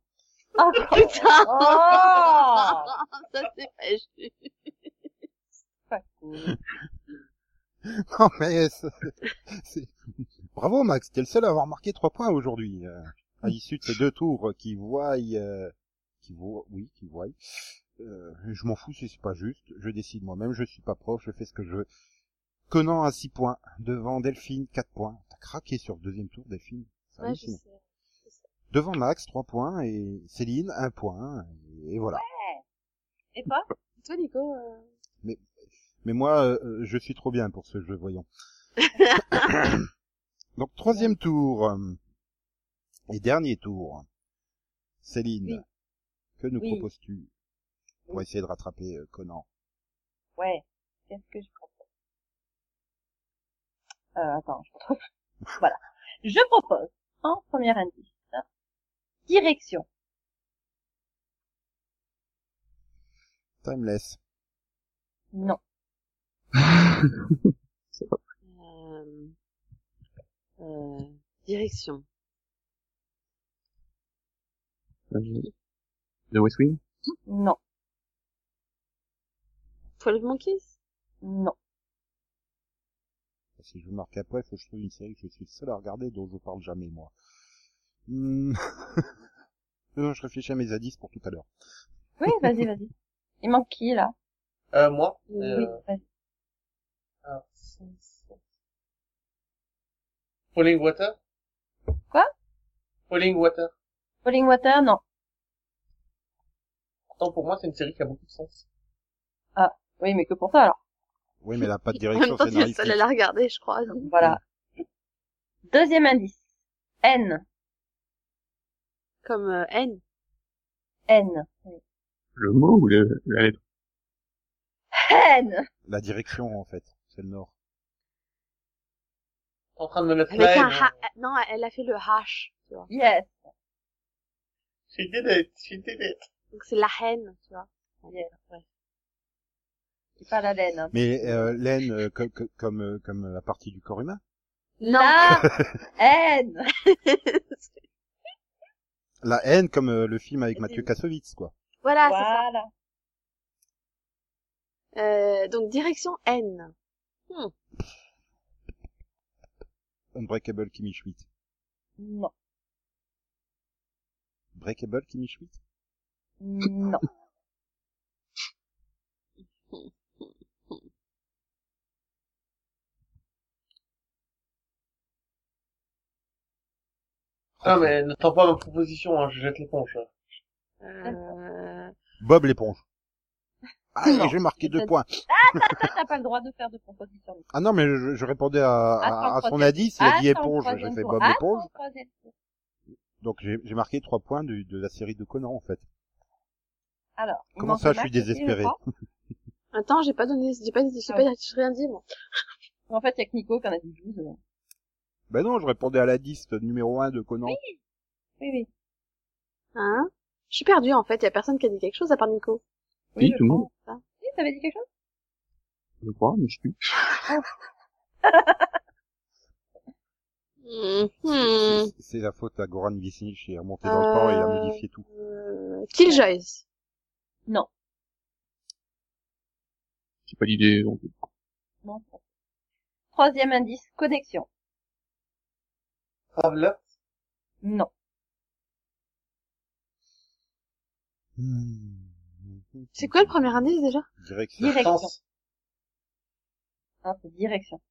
C: Oh,
B: Putain!
C: oh
B: Ça, c'est pas juste.
C: Pas cool.
A: Non, mais, c'est- c'est- bravo, Max, t'es le seul à avoir marqué trois points aujourd'hui, euh,
B: Mm.
A: à l'issue de ces deux tours qui voient, euh, qui voient, oui, qui voient. Euh, je m'en fous si c'est pas juste, je décide moi-même, je suis pas prof, je fais ce que je veux. Conan à six points, devant Delphine, quatre points. T'as craqué sur le deuxième tour, Delphine. C'est
B: Ouais, je
A: hallucinant.
B: sais.
A: Devant Max, trois points, et Céline, un point, et voilà.
C: Et toi
B: Toi, Nico, euh,
A: Mais moi, euh, je suis trop bien pour ce jeu, voyons. Donc, troisième tour. euh, Et dernier tour. Céline,
C: Oui.
A: que nous
C: Oui.
A: proposes-tu pour essayer de rattraper euh, Conan
C: Ouais. Qu'est-ce que je propose Euh, attends, je retrouve. voilà. Je propose, en premier indice, direction.
A: Timeless.
C: Non.
B: euh, euh, direction.
D: euh, The West Wing.
C: Non.
B: Twelve Monkeys?
C: Non.
A: Si je marque après, faut que je trouve une série que je suis le seul à regarder, dont je parle jamais, moi. Hmm. non, je réfléchis à mes indices pour tout à l'heure.
C: Oui, vas-y, vas-y. Il manque qui, là
E: Euh, moi.
C: Oui,
E: Euh,
C: vas-y.
E: alors, cinq, sept. Falling Water.
C: Quoi
E: Falling Water.
C: Falling Water, non.
E: Pourtant, pour moi, c'est une série qui a beaucoup de sens.
C: Oui, mais que pour ça, alors.
A: Oui, mais elle a pas de
B: En
A: direction
B: même temps, tu es le
A: scénaristique.
B: seul à la regarder, je crois. donc.
C: Voilà. Deuxième indice. N.
B: comme euh, N.
C: N.
D: Le mot ou le, la lettre
C: N
A: La direction, en fait, c'est le nord.
E: T'es en train de me mettre
B: Avec
E: mal.
B: un ha- non, elle a fait le H, tu vois.
C: Yes.
E: J'ai été bête, j'ai été bête.
B: Donc c'est la haine, tu vois.
C: Yes. Ouais. C'est pas la laine. Hein.
A: Mais euh, l'aine, euh, co- co- comme, euh, comme la partie du corps humain.
B: Non.
C: La N
A: La haine, comme euh, le film avec Mathieu
B: Vas-y.
A: Kassovitz, quoi.
B: voilà, Ah, c'est ça.
C: Voilà.
B: Euh, donc direction N.
A: Unbreakable Kimmy Schmidt.
C: Non.
A: Breakable Kimmy Schmidt
C: Non.
E: Non, Ah, mais n'attends pas ma proposition, hein, je jette l'éponge. hein.
B: Euh,
A: Bob l'éponge. Ah,
C: Non.
A: et j'ai marqué deux points.
C: Ça, t'as pas le droit de faire de proposition.
A: Ah non, mais je, je répondais à, à, à son indice, il a dit éponge, j'ai fait Bob l'éponge. Donc j'ai j'ai marqué trois points du- de la série de Conan, en fait.
C: Alors. on
A: Comment
C: en
A: ça, je
C: fait
A: suis
C: Max,
A: désespéré
C: il le prend.
B: attends, j'ai pas donné, j'ai pas, j'ai
C: Ah
B: pas, j'ai rien dit, moi.
C: En fait, il y a que Nico qui en a dit 12. euh.
A: Ben non, je répondais à la liste numéro un de Conan.
C: Oui, oui.
B: Hein? Je suis perdue, en fait. Y a personne qui a dit quelque chose à part Nico.
C: Oui,
D: Oui,
C: je
D: tout le
C: pense.
D: monde,
C: Oui, t'avais dit quelque chose
D: je crois, mais je sais plus.
B: Mhm.
A: C'est- C'est la faute à Goran Visnich, il est remonté dans le temps et il a
B: Euh,
A: modifié tout.
B: Euh, Killjoys.
D: J'ai pas d'idée. donc.
C: Non. Troisième indice, connexion.
E: Traveler,
C: Non.
B: C'est quoi le premier indice, déjà?
A: Hmm. Direction.
C: Direction.
E: sens.
C: Hein, c'est direction.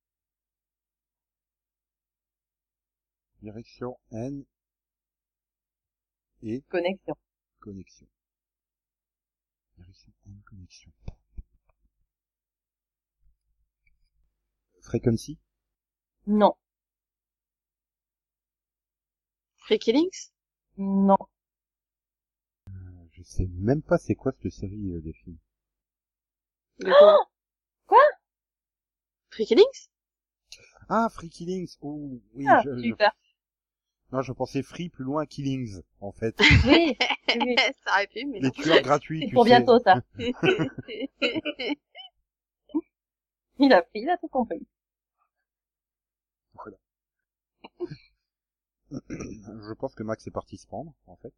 A: Direction N et
C: Connexion.
A: connexion. Direction N connexion. Frequency
C: Non.
B: Freaky Links?
C: Non.
A: Euh, Je sais même pas c'est quoi cette série euh, des films.
B: De quoi?
C: Quoi
B: Freaky Links?
A: Ah, Free Killings Oh, oui,
C: Ah,
A: je, je-
C: super.
A: non, je pensais Free plus loin Killings, en fait.
C: Oui. oui.
B: ça aurait pu, mais
A: Les
B: non.
A: tueurs gratuits,
C: C'est
A: tu
C: pour
A: sais.
C: bientôt, ça. Il a, il a tout compris.
A: Je pense que Max est parti se prendre, en fait.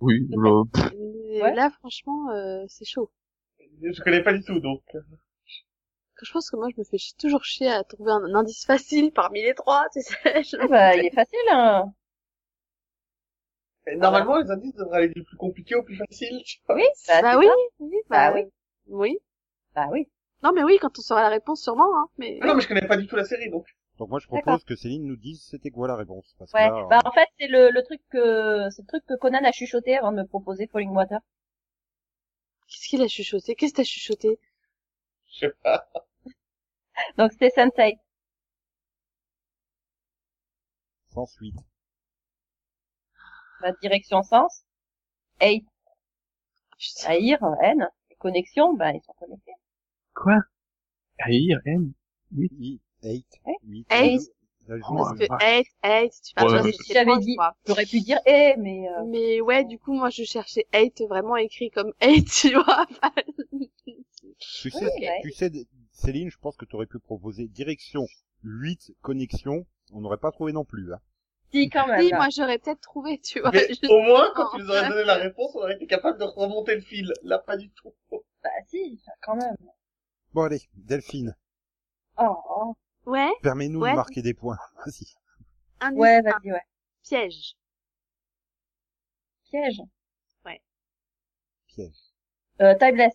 D: Oui, je- pff,
B: Mais
C: Ouais.
B: Là, franchement, euh, c'est chaud.
E: Je connais pas du tout, donc.
B: Je pense que moi, je me fais chi- toujours chier à trouver un, un indice facile parmi les trois, tu sais. je-
C: Ah bah, il est facile, hein.
E: Et Normalement, les indices devraient aller du plus compliqué au plus facile, tu vois.
C: Oui,
B: Bah,
C: bah, c'est
B: oui,
C: ça. Bah oui.
B: euh, oui.
C: Bah oui.
B: Non, mais oui, quand on saura la réponse, sûrement, hein. Mais
E: Ah non, mais je connais pas du tout la série, donc.
A: Donc moi, je
C: D'accord.
A: propose que Céline nous dise c'était quoi la réponse. Parce
C: Ouais.
A: que là,
C: Bah, en fait, c'est le, le truc que, c'est le truc que Conan a chuchoté avant de me proposer Falling Water.
B: qu'est-ce qu'il a chuchoté? Qu'est-ce que t'as chuchoté?
E: Je sais pas.
C: Donc, c'était Sensei.
A: 108.
C: Bah, direction sens. Hate,
B: Putain.
C: haïr, haine. Et connexion, bah, ils sont connectés.
D: Quoi Haïr, haine
A: 8, 8,
C: Ouais.
A: 8.
B: Eight.
D: Oh,
B: Parce que
D: ouais.
B: hate, hate, tu vois,
D: Ouais,
B: toi,
D: mais-
B: c'est- c'est
C: J'avais
B: proche,
C: dit.
B: quoi.
C: J'aurais pu dire, eh, mais, euh,
B: Mais ouais, du coup, moi, je cherchais hate vraiment écrit comme hate, tu vois.
A: Tu sais,
C: Oui, ouais.
A: tu sais, Céline, je pense que tu aurais pu proposer direction 8, connexion. On n'aurait pas trouvé non plus. Hein.
C: si, quand même.
B: Si, moi, j'aurais peut-être trouvé, tu vois.
E: Mais
B: je-
E: au moins, quand
B: Oh.
E: tu nous aurais donné la réponse, on aurait été capable de remonter le fil. Là, pas du tout.
C: Bah, si, quand même.
A: Bon allez, Delphine,
C: Oh, oh.
B: Ouais,
A: permets-nous
B: Ouais.
A: de marquer des points. Vas-y.
B: indice
C: Ouais,
B: un,
C: vas-y, ouais.
B: piège.
C: Piège.
A: Piège.
C: Euh, timeless.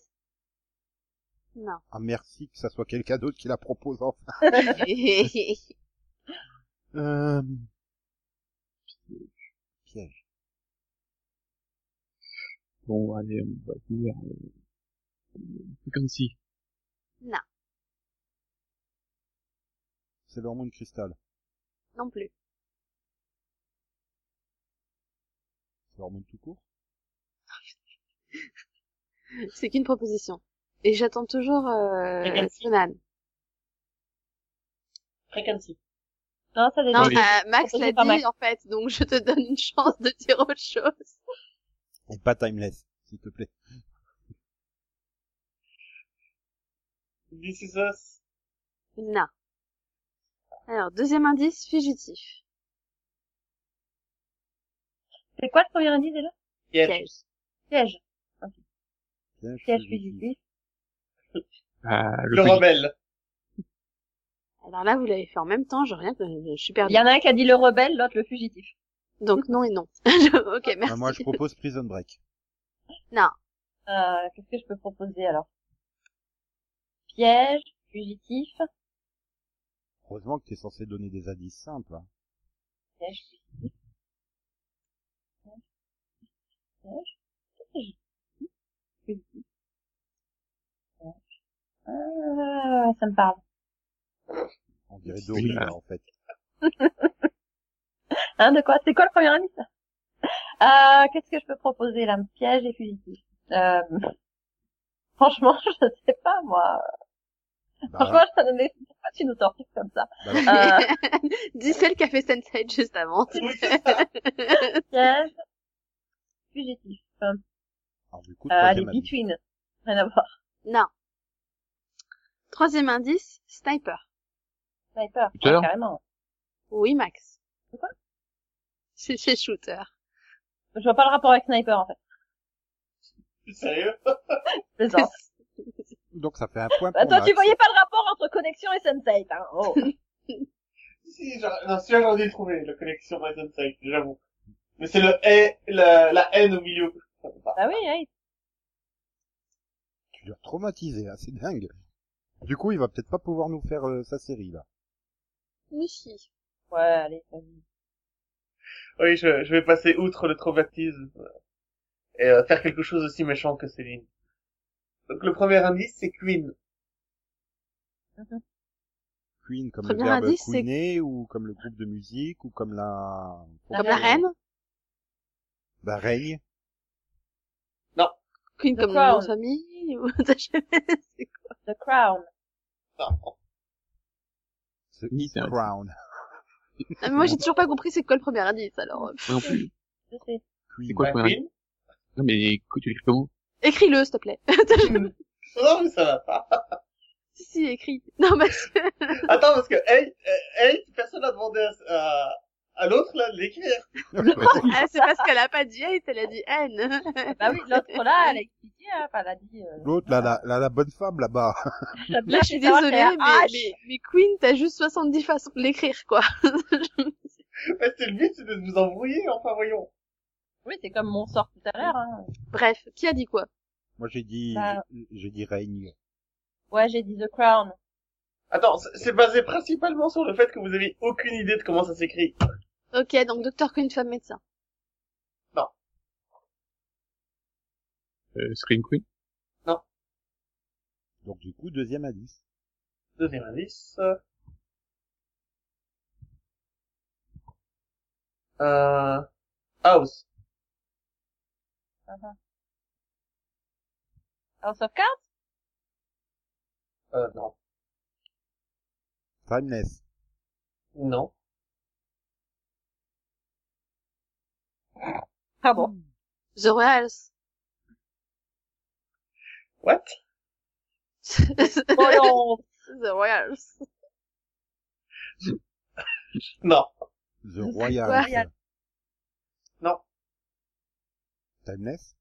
B: Non.
A: Ah merci que ça soit quelqu'un d'autre qui la propose enfin.
C: bah.
A: Euh... Piège.
D: Bon, allez, on va dire... euh, C'est comme si.
A: C'est l'hormone cristal.
B: non plus.
A: C'est Hormone tout court
B: C'est qu'une proposition. Et j'attends toujours euh,
E: Merci.
B: Conan.
E: Frequency.
C: Non, ça
B: Non,
C: dépend.
D: Oui.
B: euh, Max
C: Ça,
B: l'a
C: c'est pas
B: dit en fait, donc je te donne une chance de dire autre chose.
A: Et pas Timeless, s'il te plaît.
E: This is us.
B: Non. Alors, deuxième indice, fugitif.
C: C'est quoi le premier indice déjà
E: Yes.
B: Piège.
C: Piège. Piège
A: Piège fugitif.
C: fugitif.
D: Ah,
E: Le rebelle.
B: Alors là, vous l'avez fait en même temps, je rien, je suis
C: Il
B: perdue.
C: y en a un qui a dit le rebelle, l'autre le fugitif.
B: Donc non et non. Je- ok, merci.
A: Ah, moi, je propose Prison Break.
C: Euh, qu'est-ce que je peux proposer alors Piège, fugitif,
A: Heureusement que t'es censé donner des indices simples. hein.
C: piège, fugitif. Piège, piège, fugitif. Piège. Ah, ça me parle.
A: On dirait Dory,
D: là.
A: là, en fait.
C: Hein, de quoi C'est quoi le premier indice euh, Qu'est-ce que je peux proposer là Piège et fugitif. Euh, franchement, je sais pas moi.
A: Bah,
C: Franchement, je te donnais pourquoi tu nous tortures comme ça.
A: bah alors,
C: Euh,
B: Dis celle qui a fait Sensei juste avant.
E: Oui, c'est ça.
C: piège, fugitif. Euh,
A: alors, du coup,
C: allez,
A: troisième indice.
C: between. Rien à voir.
B: Non. Troisième indice, sniper.
C: Sniper.
D: Shooter.
C: carrément.
B: Oui, Max.
C: C'est quoi
B: C'est chez Shooter.
C: Je vois pas le rapport avec sniper en fait.
E: Sérieux?
C: C'est ça.
A: Donc, ça fait un point pour
C: Attends,
A: Max.
C: tu voyais pas le rapport entre connexion et sensei. Hein oh.
E: Si, genre, non, celui-là, j'aurais dû le trouver, la connexion Horizon Sight, j'avoue. Mais c'est le haine, la, la haine au milieu. Ça me parle.
C: bah oui, oui.
A: Tu l'as traumatisé, hein, c'est dingue. Du coup, il va peut-être pas pouvoir nous faire euh, sa série, là.
B: Michi.
C: Ouais, allez, vas-y.
E: Oui, je, je vais passer outre le traumatisme. euh, Et euh, faire quelque chose aussi méchant que Céline. Donc le premier indice, c'est Queen.
A: Queen, comme
B: Premier
A: le verbe
B: indice, c'est-
A: queener, ou comme le groupe de musique, ou comme la...
C: Ah,
B: Comme la reine.
A: Bah, règne.
B: Queen
C: The
B: comme
C: Crown.
B: nom de famille. ou- C'est-
C: The Crown.
E: Ah,
A: The
D: Oui, c'est un-
A: Crown.
B: Ah, mais moi, j'ai toujours pas compris c'est quoi le premier indice, alors. euh,
D: Non plus.
C: Je sais.
A: Queen.
E: bah,
D: quoi, le premier
E: Queen.
D: Non, mais écoute, tu l'écris comment?
B: Écris-le, s'il te plaît.
E: non, mais ça va pas.
B: si, si, écris. Non, mais
E: Attends, parce que, hey, euh, hey, personne n'a demandé à, à, à l'autre, là, de l'écrire.
B: ah, c'est parce qu'elle a pas dit hate, elle a dit haine.
C: Bah oui, l'autre là, elle a expliqué, hein, enfin, elle a dit... Euh,
A: L'autre, là, la, la, la bonne femme, là-bas.
C: la
B: Là, je suis désolée, mais, mais, mais Queen, t'as juste 70 façons de l'écrire, quoi.
E: Mais c'est le but, c'est de vous embrouiller, enfin, voyons.
C: Oui, c'est comme mon sort tout à l'heure. Hein.
B: Bref, qui a dit quoi
A: Moi, j'ai dit,
C: Bah.
A: j'ai dit règne.
C: Ouais, j'ai dit The Crown.
E: Attends, c'est- c'est basé principalement sur le fait que vous avez aucune idée de comment ça s'écrit.
B: Ok, donc docteur Queen, femme médecin.
D: Euh, Scream Queen?
A: Donc, du coup, deuxième indice.
E: Deuxième indice. euh. Euh, house.
C: House of Cards
E: Euh, non.
A: Timeless.
E: Non.
C: Ah bon
B: The Royals.
E: What?
C: Oh non
B: The Royals.
E: Non.
A: The
B: C'est
A: Royal.
B: quoi
E: Non.
A: Timeless.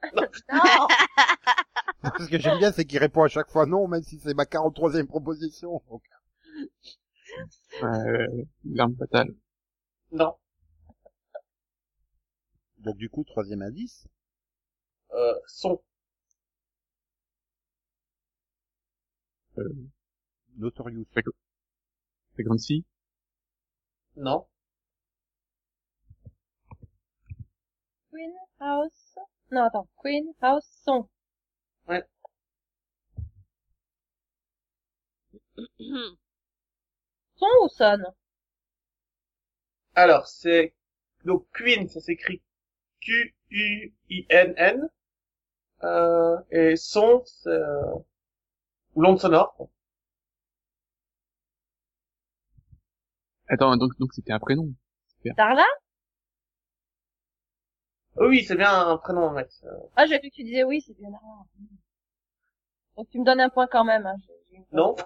C: Non
A: Ce que j'aime bien, c'est qu'il répond à chaque fois non, même si c'est ma 43e proposition. Donc,
D: Euh, l'arme fatale.
E: Non.
A: donc, du coup, troisième indice.
E: Euh, son.
A: Notorious.
D: La grande scie.
E: Non.
C: Queen House... Non, attends. Queen House Son.
B: Hmm.
C: Son ou son
E: Alors, c'est, donc Queen, ça s'écrit Q-U-I-N-N. Euh, et son, c'est, euh, ou l'onde sonore.
D: Attends, donc, donc c'était un prénom.
C: Darla
E: Oh oui, c'est bien un prénom, Max. Euh,
C: Ah, j'ai vu que tu disais oui, c'est bien Darla. Donc tu me donnes un point quand même. Hein. j'ai- j'ai une fois-
E: Non?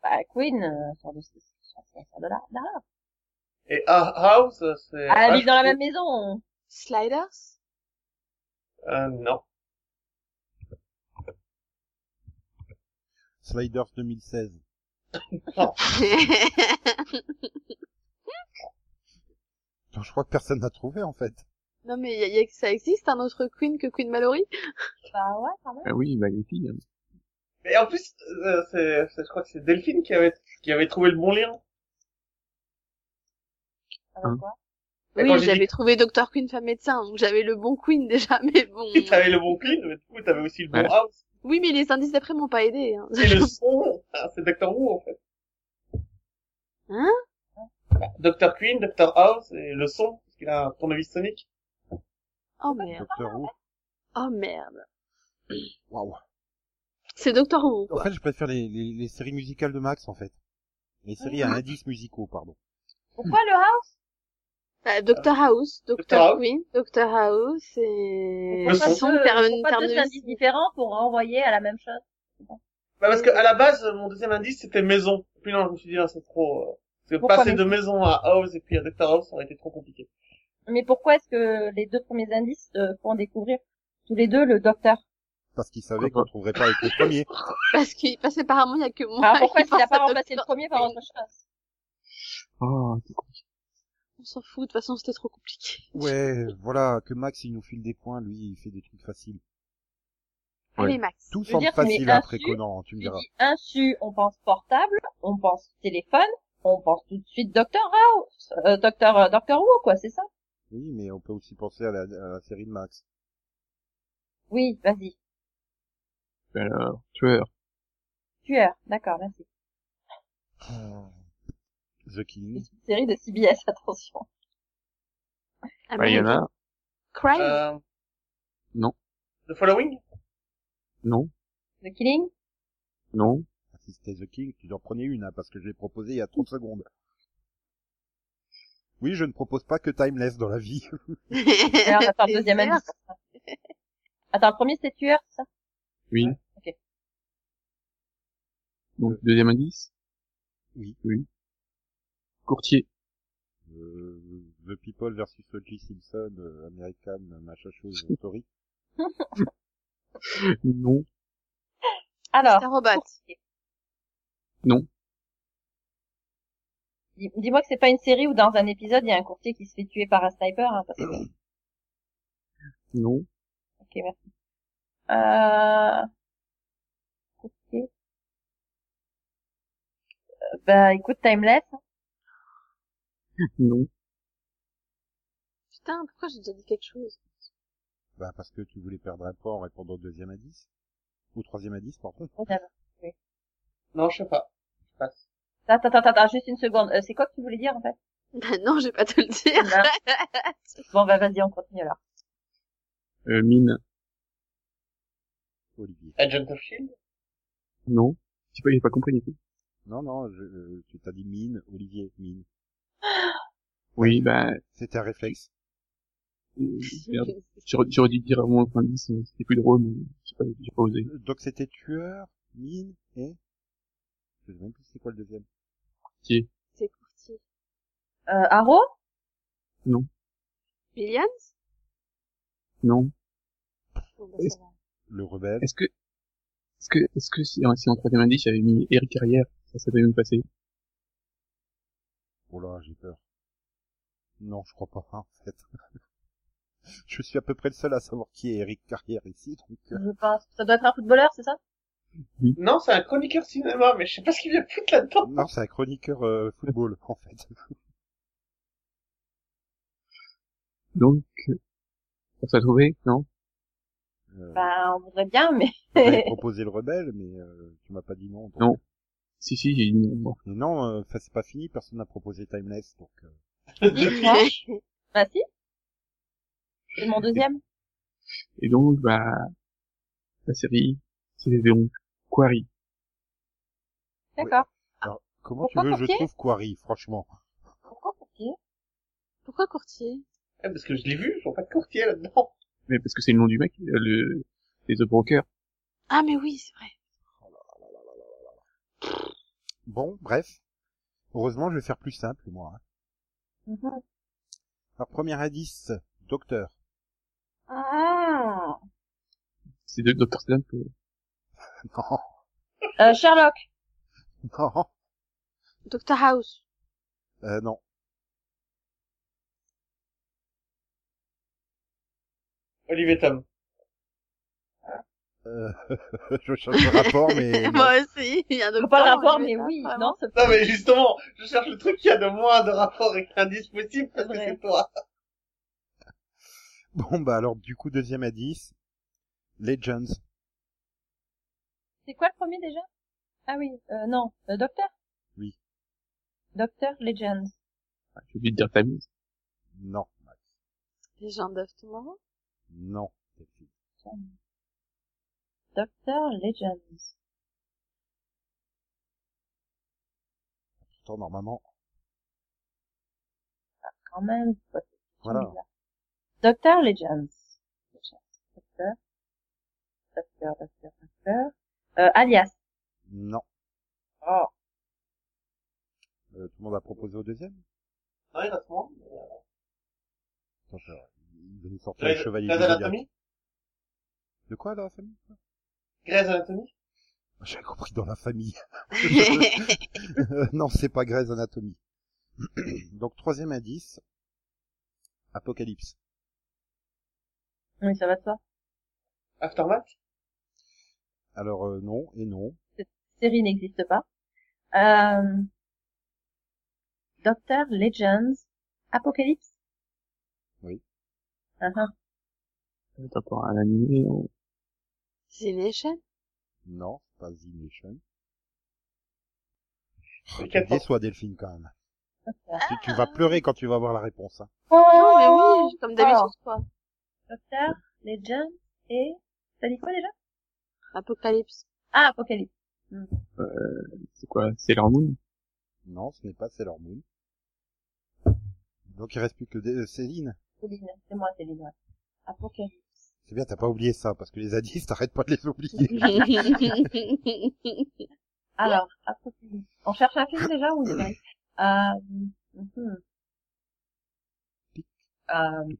C: Bah, Queen, euh, sort de, sort de, sort de là. Darla.
E: Et Ah House, c'est...
C: Ah, elle vit dans la
E: H-
C: même maison.
B: Sliders
E: Euh, non.
A: Sliders 2016. Attends, je crois que personne n'a trouvé, en fait.
B: Non mais y a- y a- ça existe un autre Queen que Queen Mallory
C: Bah ouais, quand même.
D: Ah oui, bah les filles. hein.
E: Et en plus, euh, c'est, c'est- je crois que c'est Delphine qui avait, qui avait trouvé le bon lien.
C: Ça va
D: Hein.
C: quoi
E: Et
B: Oui,
E: quand j'ai
B: j'avais trouvé Docteur Queen femme médecin, donc j'avais le bon Queen déjà, mais bon.
E: dit que t'avais le bon clean, mais du coup t'avais aussi le bon
D: Ouais.
E: house.
B: Oui, mais les indices d'après m'ont pas aidé. Hein.
E: Et le son, ah, c'est Doctor Who en fait.
B: Hein
E: Bah, Doctor Queen, Doctor House et le son, parce qu'il a un tournevis sonique.
C: Ah,
B: Oh merde.
A: Doctor Who.
B: Oh merde.
A: Waouh.
B: C'est Docteur Who.
A: En fait, je préfère les, les, les séries musicales de Max, en fait. Les séries à indices musicaux, pardon.
C: Pourquoi le house
B: Bah, Doctor
C: Ah.
B: House,
E: Doctor
B: Doctor
E: House.
B: Queen, Doctor House et
E: Le
C: Pourquoi
E: son.
B: son
C: deux-
B: ter-
C: Pourquoi deux
B: terminus.
C: indices différents pour renvoyer à la même chose
E: Bah, parce que à la base, mon deuxième indice c'était maison. Puis non, je me suis dit, ah, c'est trop, euh, parce que
C: Pourquoi
E: passer
C: maison
E: de maison à house et puis à Doctor House, ça aurait été trop compliqué.
C: Mais pourquoi est-ce que les deux premiers indices euh, font découvrir tous les deux le docteur
A: Parce qu'ils savaient qu'on trouverait pas avec le premier.
B: parce qu'il parce qu'apparemment il y a que moi.
C: Alors Ah, pourquoi
B: qui
C: est-ce qu'il a
B: pense à
C: pas remplacé le
B: Docteur-
C: premier par autre chose
D: Oh, c'est con.
B: On s'en fout. De toute façon, c'était trop compliqué.
A: Ouais, voilà, que Max, il nous file des points, lui, il fait des trucs faciles.
D: Ouais.
B: Allez Max.
A: Tout
C: Je veux
A: semble
C: dire qu'on est
A: facile après
C: insu-
A: Conan, tu me
C: Tu
A: diras.
C: dis insu, on pense portable, on pense téléphone, on pense tout de suite Docteur House, euh, Docteur euh, Docteur Who quoi, c'est ça
A: Oui, mais on peut aussi penser à la, à la série de Max.
C: Oui, vas-y.
D: Alors, tueur.
C: Tueur, d'accord, merci.
A: The Killing.
C: C'est une série de CBS, attention.
B: Ah,
D: Bah, il y en a.
B: Crime.
E: Euh,
D: Non.
E: The Following?
D: Non.
C: The Killing
D: Non.
A: Ah, Si c'était The King, tu en prenais une, hein, parce que je l'ai proposé il y a 30 secondes. Oui, je ne propose pas que Timeless dans la vie.
C: Alors, attends,
B: Et
C: deuxième
B: merde.
C: indice. Attends, le premier c'était tueur, c'est ça
D: Oui.
C: ok.
D: Donc, deuxième indice.
A: Oui.
D: Oui. Courtier.
A: Euh, The People versus O.J. Simpson, euh, American, machin chose, story.
D: Non.
C: Alors,
B: Mr. Ah. Robot.
C: courtier.
D: Non.
C: Dis- Dis-moi que c'est pas une série où dans un épisode il y a un courtier qui se fait tuer par un sniper. hein, parce que-
D: Non.
C: Ok, merci. Euh... Courtier. Euh, Bah écoute, Timeless.
D: Non.
B: Putain, pourquoi j'ai déjà dit quelque chose
A: Bah, parce que tu voulais perdre un point en répondant au deuxième indice. Ou troisième indice, pardon.
E: Non, je sais pas. Je passe.
C: Attends, attends, attends, juste une seconde. Euh, c'est quoi que tu voulais dire en fait
B: Bah non, je vais pas te le dire.
C: Bon bah vas-y, on continue alors.
D: Euh, mine.
A: Olivier.
E: Agent of Shield?
D: Non. J'ai pas, j'ai pas compris du tout.
A: Non, non, je, euh, tu t'as dit mine, Olivier, mine.
D: Oui, bah,
A: C'était un réflexe.
D: euh, merde. J'aurais j'aurais dû dire avant fin indice, euh, c'était plus drôle, mais j'ai pas, j'ai pas osé.
A: Donc c'était tueur, mine et... Je sais même plus c'est quoi le deuxième.
D: Courtier.
B: C'est courtier.
C: Euh, Arrow
B: Billions
D: Non.
B: Bon, bah, ça va.
A: Le rebelle.
D: Est-ce que, est-ce que, est-ce que si, si en troisième indice j'avais mis Eric Carrière, ça, ça devait me passer.
A: Oh là, j'ai peur. Non, je crois pas, en fait. je suis à peu près le seul à savoir qui est Eric Carrière ici, donc... euh,
C: Je pense. Ça doit être un footballeur, c'est ça
E: Non, c'est un chroniqueur cinéma, mais je sais pas ce qu'il vient foutre là-dedans.
A: Non, c'est un chroniqueur euh, football, en fait.
D: Donc, euh, on s'est trouvé, non?
A: Euh,
C: Bah, on voudrait bien, mais
A: J'avais proposé le rebelle, mais euh, tu m'as pas dit non. donc-
D: Non. Si, si, j'ai dit, bon,
A: Mais non, euh, ça, c'est pas fini, personne n'a proposé Timeless, donc... euh,
C: dis-moi. bah si. Et mon deuxième
D: Et donc, bah, la série, c'est donc Quarry.
C: D'accord.
A: Alors, comment
C: Pourquoi
A: tu veux que je
C: courtier
A: trouve Quarry, franchement
C: Pourquoi courtier
B: Pourquoi courtier
E: Eh, parce que je l'ai vu, ils font pas de courtier là-dedans.
D: Mais parce que c'est le nom du mec, euh, le, les The Broker.
B: Ah mais oui, c'est vrai.
A: Bon, bref. Heureusement, je vais faire plus simple, moi. hein.
C: Mhm.
A: Alors, premier indice, docteur.
C: Ah.
D: C'est de- Dr. Stone que,
A: Non,
C: Euh, Sherlock.
A: non,
B: Doctor House.
A: euh, non.
E: Olivier Tom.
A: Euh, je cherche le rapport, mais non.
B: Moi aussi, il y a un docteur.
C: Je vois pas le rapport,
B: je vais
C: mais
B: pas,
C: oui,
B: vraiment.
C: non, ça
E: Non mais justement, je cherche le truc qui a de moins de rapport avec l'indice possible parce que
C: Ouais.
E: c'est toi.
A: Bon, bah alors, du coup, deuxième indice, Legends.
C: C'est quoi le premier déjà Ah oui, euh, non, euh, Docteur
A: Oui.
C: Docteur Legends.
D: bah, j'ai oublié de dire ta mise.
A: Non,
B: Les gens doivent tout moment.
A: non.
C: Docteur Legends.
A: Pourtant, normalement,
C: Quand même, c'est pas
A: voilà.
C: bizarre. Docteur Legends. Docteur. Docteur, docteur, docteur. Euh, alias.
A: Non.
C: Oh.
A: Euh, tout le monde a proposé au deuxième
E: Non, il reste moins.
A: Attends, je... Il va nous sortir les
E: Grey's
A: chevaliers
E: Grey's
A: du Zodiac.
E: Anatomy
A: De quoi, dans la famille
E: Grey's Anatomy
A: J'avais compris dans la famille. Euh, non, c'est pas Grey's Anatomy. Donc, troisième indice, Apocalypse.
C: Oui, ça va de soi.
E: Aftermath
A: Alors, euh, non et non.
C: Série n'existe pas. Euh... Docteur Legends. Apocalypse.
A: Oui.
C: Ah ah.
D: Euh, T'as pas un animé, euh, non
B: C'est une échelle.
A: Non, c'est pas The Nation.
E: Le
A: Tu me
E: 14.
A: déçois, Delphine, quand même.
C: Docteur.
A: Tu, tu vas pleurer quand tu vas voir la réponse. hein.
C: Oh,
B: Non mais oui, comme d'habitude quoi.
C: Docteur Legends et... T'as dit quoi déjà
B: Apocalypse.
C: Ah, Apocalypse.
D: C'est quoi C'est l'hormone
A: Non, ce n'est pas Sailor Moon. Donc, il reste plus que des- euh, Céline.
C: Céline, c'est moi, Céline. ouais. Apocalypse.
A: C'est bien, t'as pas oublié ça, parce que les indices, t'arrêtes pas de les oublier.
C: Alors, Ah. Apocalypse. On cherche un film déjà ou une série euh, mhm. euh, euh,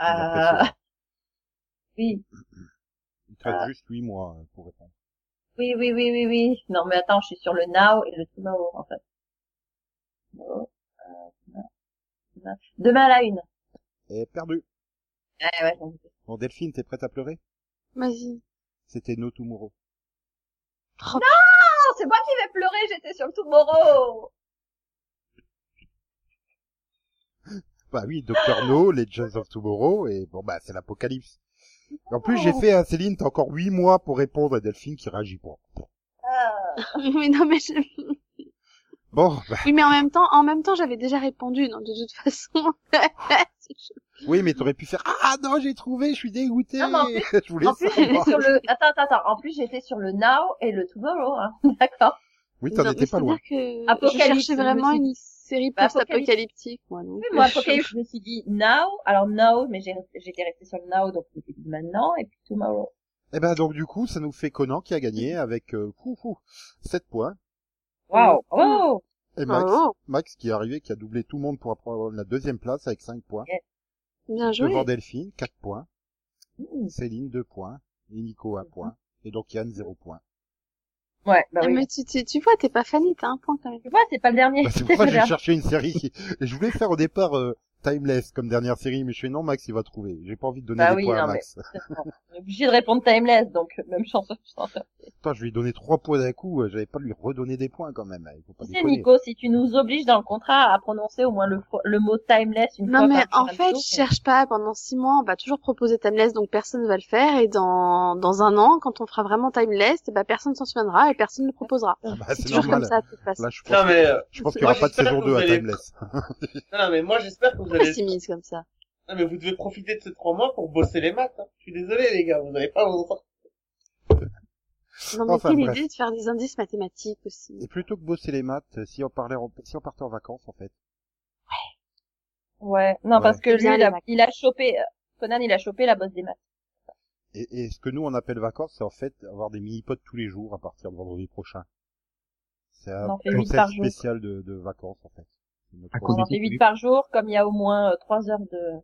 A: Impressionnant.
C: oui,
A: Il te
C: Ah.
A: reste juste huit mois euh, pour répondre.
C: oui, oui, oui, oui, oui. Non, mais attends, je suis sur le now et le tomorrow, en fait. Tomorrow, euh, demain, demain. Demain à la une.
A: Et perdu.
C: Eh ouais, j'en doutais.
A: Bon, Delphine, t'es prête à pleurer?
B: Vas-y.
A: C'était No Tomorrow.
C: Oh, c'est moi qui vais pleurer, j'étais sur le tomorrow.
A: Bah oui, Doctor No, Legends of Tomorrow, et bon bah c'est l'apocalypse. En plus
C: Oh.
A: j'ai fait à Céline, t'as encore huit mois pour répondre à Delphine qui réagit pas.
C: Ah,
B: mais non mais je...
A: Bon, bah,
B: oui mais en même temps, en même temps j'avais déjà répondu donc de toute façon.
A: oui mais t'aurais pu faire Ah non j'ai trouvé, je suis dégoûté
C: Non, mais en
A: Je voulais
C: en plus, j'étais
A: savoir.
C: sur le, attends, attends, attends. En plus, j'étais sur le now et le tomorrow, hein. D'accord.
A: Oui t'en
B: Non,
A: étais
B: mais
A: pas loin.
B: c'est-à-dire que
C: Apocalypse,
B: je cherchais vraiment
C: je me
B: une série
C: Bah,
B: post-apocalyptique, moi, donc. euh,
C: Oui, moi,
B: je-
C: Apocalypse, je me suis dit now, alors now, mais j'ai- j'étais restée sur le now, donc je me suis dit maintenant, et puis tomorrow.
A: Et ben donc du coup ça nous fait Conan qui a gagné avec euh, fou, fou, 7 points.
C: Wow, wow!
A: Et Max,
B: Bravo.
A: Max qui est arrivé, qui a doublé tout le monde pour avoir la deuxième place avec 5 points.
B: Bien joué.
A: Devant Delphine, 4 points.
C: Mmh.
A: Céline, 2 points. Et Nico, 1 point. Et donc Yann, 0 point.
C: Ouais, bah
B: Ah,
C: oui.
B: Mais tu, tu, tu vois, t'es pas fanny, t'as un point quand même.
C: Tu vois, c'est pas le dernier.
A: Bah, c'est
C: C'est
A: pour ça
C: pas
A: que
C: le
A: j'ai
C: dernier.
A: cherché une série. qui- Et je voulais faire au départ euh, Timeless comme dernière série, mais je fais non, Max, il va trouver. J'ai pas envie de donner
C: Bah
A: des
C: oui,
A: points à
C: non, mais-
A: Max.
C: On est obligé de répondre timeless, donc, même chance, je pense.
A: Attends, je lui ai donné trois points d'un coup, euh, j'avais pas lui redonner des points quand même. hein, Il faut pas
C: Tu sais,
A: déconner.
C: Nico, si tu nous obliges dans le contrat à prononcer au moins le, fo- le mot timeless une fois
B: Non mais
C: par
B: en fait, je
C: cherche
B: cherche pas. Pendant six mois, on va toujours proposer Timeless, donc personne va le faire. Et dans dans un an, quand on fera vraiment Timeless, eh ben personne s'en souviendra et personne ne le proposera.
A: Ah bah,
B: C'est
A: c'est
B: toujours
A: normal.
B: comme ça de toute façon.
A: Là, je pense,
E: Non, mais, euh,
A: je pense qu'il y
E: Moi,
A: aura pas de
E: j'espère
A: saison
E: que
A: 2
E: vous
A: à
E: allez-
A: Timeless.
E: non, non, mais moi, j'espère que vous allez,
B: Pessimiste comme ça.
E: non, mais vous devez profiter de ces trois mois pour bosser les maths, hein. Je suis désolé, les gars, vous n'allez pas vous en sortir.
B: Non mais
A: Enfin,
B: quelle
A: bref.
B: idée de faire des indices mathématiques aussi.
A: Et plutôt que bosser les maths, euh, si on parlait, en- si on partait en vacances, en fait.
C: Ouais, non,
A: Ouais.
C: parce que lui,
B: Bien,
C: il a,
B: les mecs.
C: il a chopé, euh, Conan, il a chopé la bosse des maths.
A: Et, et ce que nous on appelle vacances, c'est en fait avoir des mini-potes tous les jours à partir de vendredi prochain. C'est un
C: On en fait huit
A: concept
C: par jour.
A: spécial de, de vacances, en fait. C'est notre
D: À
A: concept.
D: cause
C: On en
D: des
C: fait 8
D: coupes, oui.
C: par jour, comme il y a au moins 3 heures de,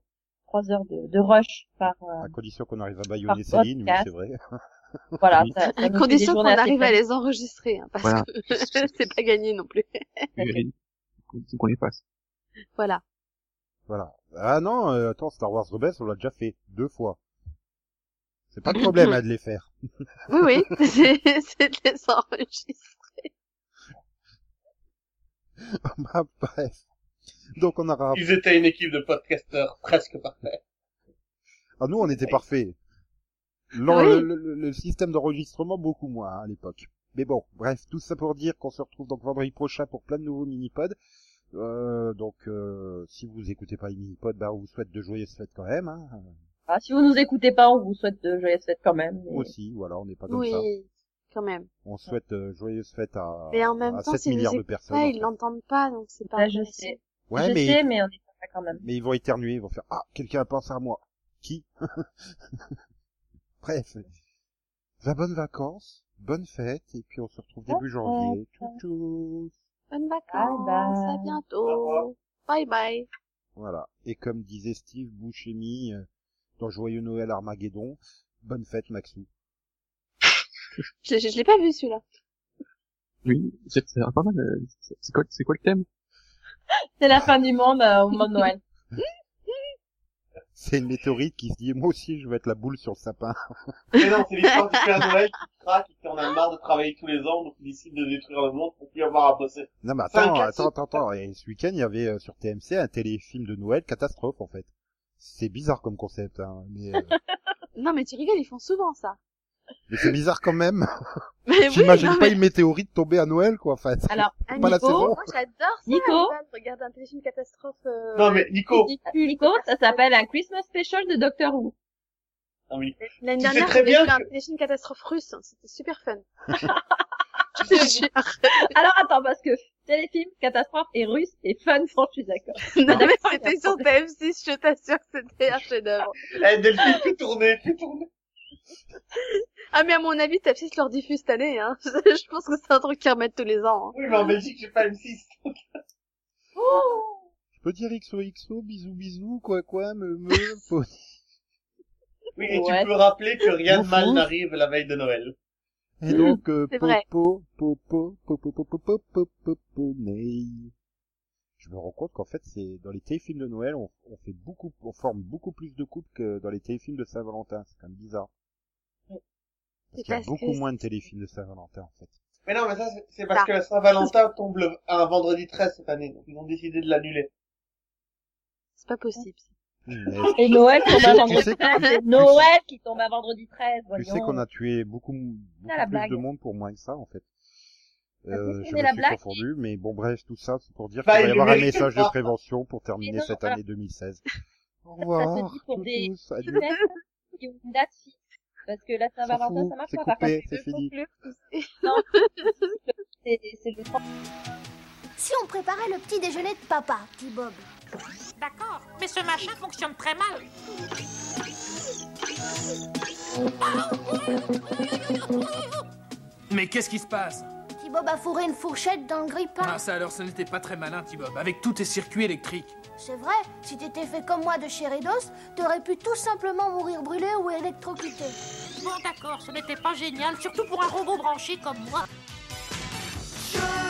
C: 3 heures de, de rush par, euh,
A: À condition qu'on arrive à baïonner
C: Par
A: Céline, oui,
C: podcast.
A: c'est vrai.
C: voilà.
D: Oui.
C: ça- ça
B: À
C: nous fait
B: condition
C: Ah, des
B: qu'on
C: journées assez
B: arrive à
C: pleines.
B: les enregistrer, hein, parce
D: Voilà.
B: que c'est pas gagné non plus.
D: Il faut qu'on les fasse.
B: Voilà.
A: Voilà. Ah non, euh, attends, Star Wars Rebels, on l'a déjà fait deux fois. C'est pas le problème à de les faire.
B: Oui oui, c'est c'est de les
A: Ah,
B: enregistrer.
A: Bah, Bref. Donc on aura...
E: Ils étaient une équipe de podcasteurs presque parfaits.
A: Ah nous, on était
E: Oui.
A: parfaits. Non,
B: Ah oui.
A: le, le- le système d'enregistrement, beaucoup moins hein, à l'époque. Mais bon, bref, tout ça pour dire qu'on se retrouve donc vendredi prochain pour plein de nouveaux mini-pods. Euh, donc, euh, si vous écoutez pas les mini-pods, bah, on vous souhaite de joyeuses fêtes quand même. Hein.
C: Ah, si vous nous écoutez pas, on vous souhaite de joyeuses fêtes quand même. mais-
A: Aussi, voilà, on n'est pas comme ça.
B: Oui, quand même.
A: On souhaite euh, joyeuses fêtes à,
B: Mais en même
A: à
B: temps,
A: 7
B: si vous
A: milliards de
B: écoutez
A: personnes. en
B: Ouais,
A: fait.
B: ils l'entendent pas, donc c'est pas.
C: Ça, Bah, je
B: intéressant.
C: sais.
A: Ouais,
C: je
A: mais,
C: sais, mais on est sympa quand même.
A: mais ils vont éternuer, ils vont faire Ah, quelqu'un pense à moi. Qui Bref. Va bonnes vacances, bonnes fêtes, et puis on se retrouve début janvier. Tchou tchou
B: Bonnes vacances,
C: bye.
B: à
E: Au revoir.
B: bientôt. Bye bye.
A: Voilà. Et comme disait Steve Bouchemi euh, dans Joyeux Noël Armageddon, bonne fête Maxou.
B: Je, je, je l'ai pas vu celui-là.
D: Oui, c'est c'est pas mal. euh, c'est- C'est quoi, c'est quoi le thème
C: C'est la fin du monde euh, au moment de Noël.
A: C'est une météorite qui se dit moi aussi je veux être la boule sur le sapin.
E: Mais non, c'est l'histoire du Père Noël qui craque et qui en a marre de travailler tous les ans, donc il décide de détruire le monde pour plus avoir à bosser.
A: Non mais
E: C'est un
A: attends,
E: classique.
A: attends, attends, attends. Et ce week-end il y avait euh, sur TMC un téléfilm de Noël catastrophe en fait. C'est bizarre comme concept, hein, mais, euh,
B: Non mais tu rigoles, ils font souvent ça.
A: mais c'est bizarre quand même.
B: Mais
A: J'imagine
B: non,
A: pas
B: mais-
A: une météorite tomber à Noël, quoi, en fait.
C: Alors,
B: Ah,
A: pas la
B: Nico,
A: saison.
B: Moi j'adore ça.
C: Nico.
B: à la base, Regarder un téléfilm catastrophe. euh,
E: Non, mais Nico,
B: ridicule.
C: Nico, ça s'appelle un Christmas special de Doctor Who.
E: non, mais
B: L'année
E: Tu sais
B: dernière,
E: très
B: j'avais
E: bien
B: vu un téléfilm catastrophe russe. hein, C'était super fun. Je te jure.
C: Alors attends, parce que téléfilm, catastrophe et russe et fun, bon, je suis d'accord.
B: Non mais
C: d'accord,
B: c'était
C: d'accord.
B: sur TM6, je t'assure que c'était un chef-d'œuvre.
E: Eh, Delphine, fais tourner, fais tourner.
B: Ah mais à mon avis, TM6 leur diffuse cette année. Hein. Je pense que c'est un truc qu'ils remettent tous les ans. hein.
E: Oui, mais en Belgique, j'ai pas M6.
A: Je peux dire XOXO, bisous bisous, quoi quoi, me me, po-
E: Oui, et
C: Ouais.
E: tu peux rappeler que rien de
A: Ouf,
E: mal
A: ouf.
E: n'arrive la veille de Noël.
A: Et donc, euh,
B: C'est
A: po-
B: vrai.
A: po- po- po- po- po- po- po- po- po- po- poney. Je me rends compte qu'en fait, c'est, dans les téléfilms de Noël, on, on fait beaucoup, on forme beaucoup plus de couples que dans les téléfilms de Saint-Valentin. C'est quand même bizarre. Parce
B: C'est
A: qu'il y a
B: parce
A: beaucoup
B: que-
A: moins de téléfilms de Saint-Valentin, en fait.
E: Mais non, mais ça, c'est- c'est parce
B: Ah.
E: que la Saint-Valentin tombe le- un vendredi 13 cette année, donc ils ont décidé de l'annuler.
B: C'est pas possible.
A: Mais
C: Et Noël tombe
A: sais-
C: à
A: tu
C: vendredi
A: sais-
C: 13. C'est Noël qui tombe à vendredi 13.
A: tu sais qu'on a tué beaucoup, beaucoup
C: Ah, la
A: plus
C: blague.
A: de monde pour moins que ça, en fait. Euh,
C: Est-ce que
A: je
C: c'est
A: me
C: la
A: suis
C: blague
A: confondu, mais bon, bref, tout ça, c'est pour dire
E: Bah,
A: qu'il va
E: il
A: y
E: le
A: avoir un
E: méritait
A: message de
E: pas.
A: prévention pour terminer
C: non,
A: cette
C: voilà.
A: année 2016. Au revoir,
C: dit pour
A: tous,
C: des-
A: tous, salut.
C: une date fixe. Parce que la Saint-Valentin,
A: fout,
C: ça marche
A: c'est
C: pas. Par
A: coupé,
C: contre,
A: c'est
C: le
A: fini.
C: conclure, Non, c'est c'est le 3.
G: Si on préparait le petit déjeuner de papa, dit Bob.
H: D'accord, mais ce machin fonctionne très mal.
I: Mais qu'est-ce qui se passe
G: Petit Bob a fourré une fourchette dans le grille-pain.
I: Ah ça alors ce n'était pas très malin, Tibob, avec tous tes circuits électriques.
G: C'est vrai, si t'étais fait comme moi de Chéridos, t'aurais pu tout simplement mourir brûlé ou électrocuté.
H: Bon, d'accord, ce n'était pas génial, surtout pour un robot branché comme moi.
F: Je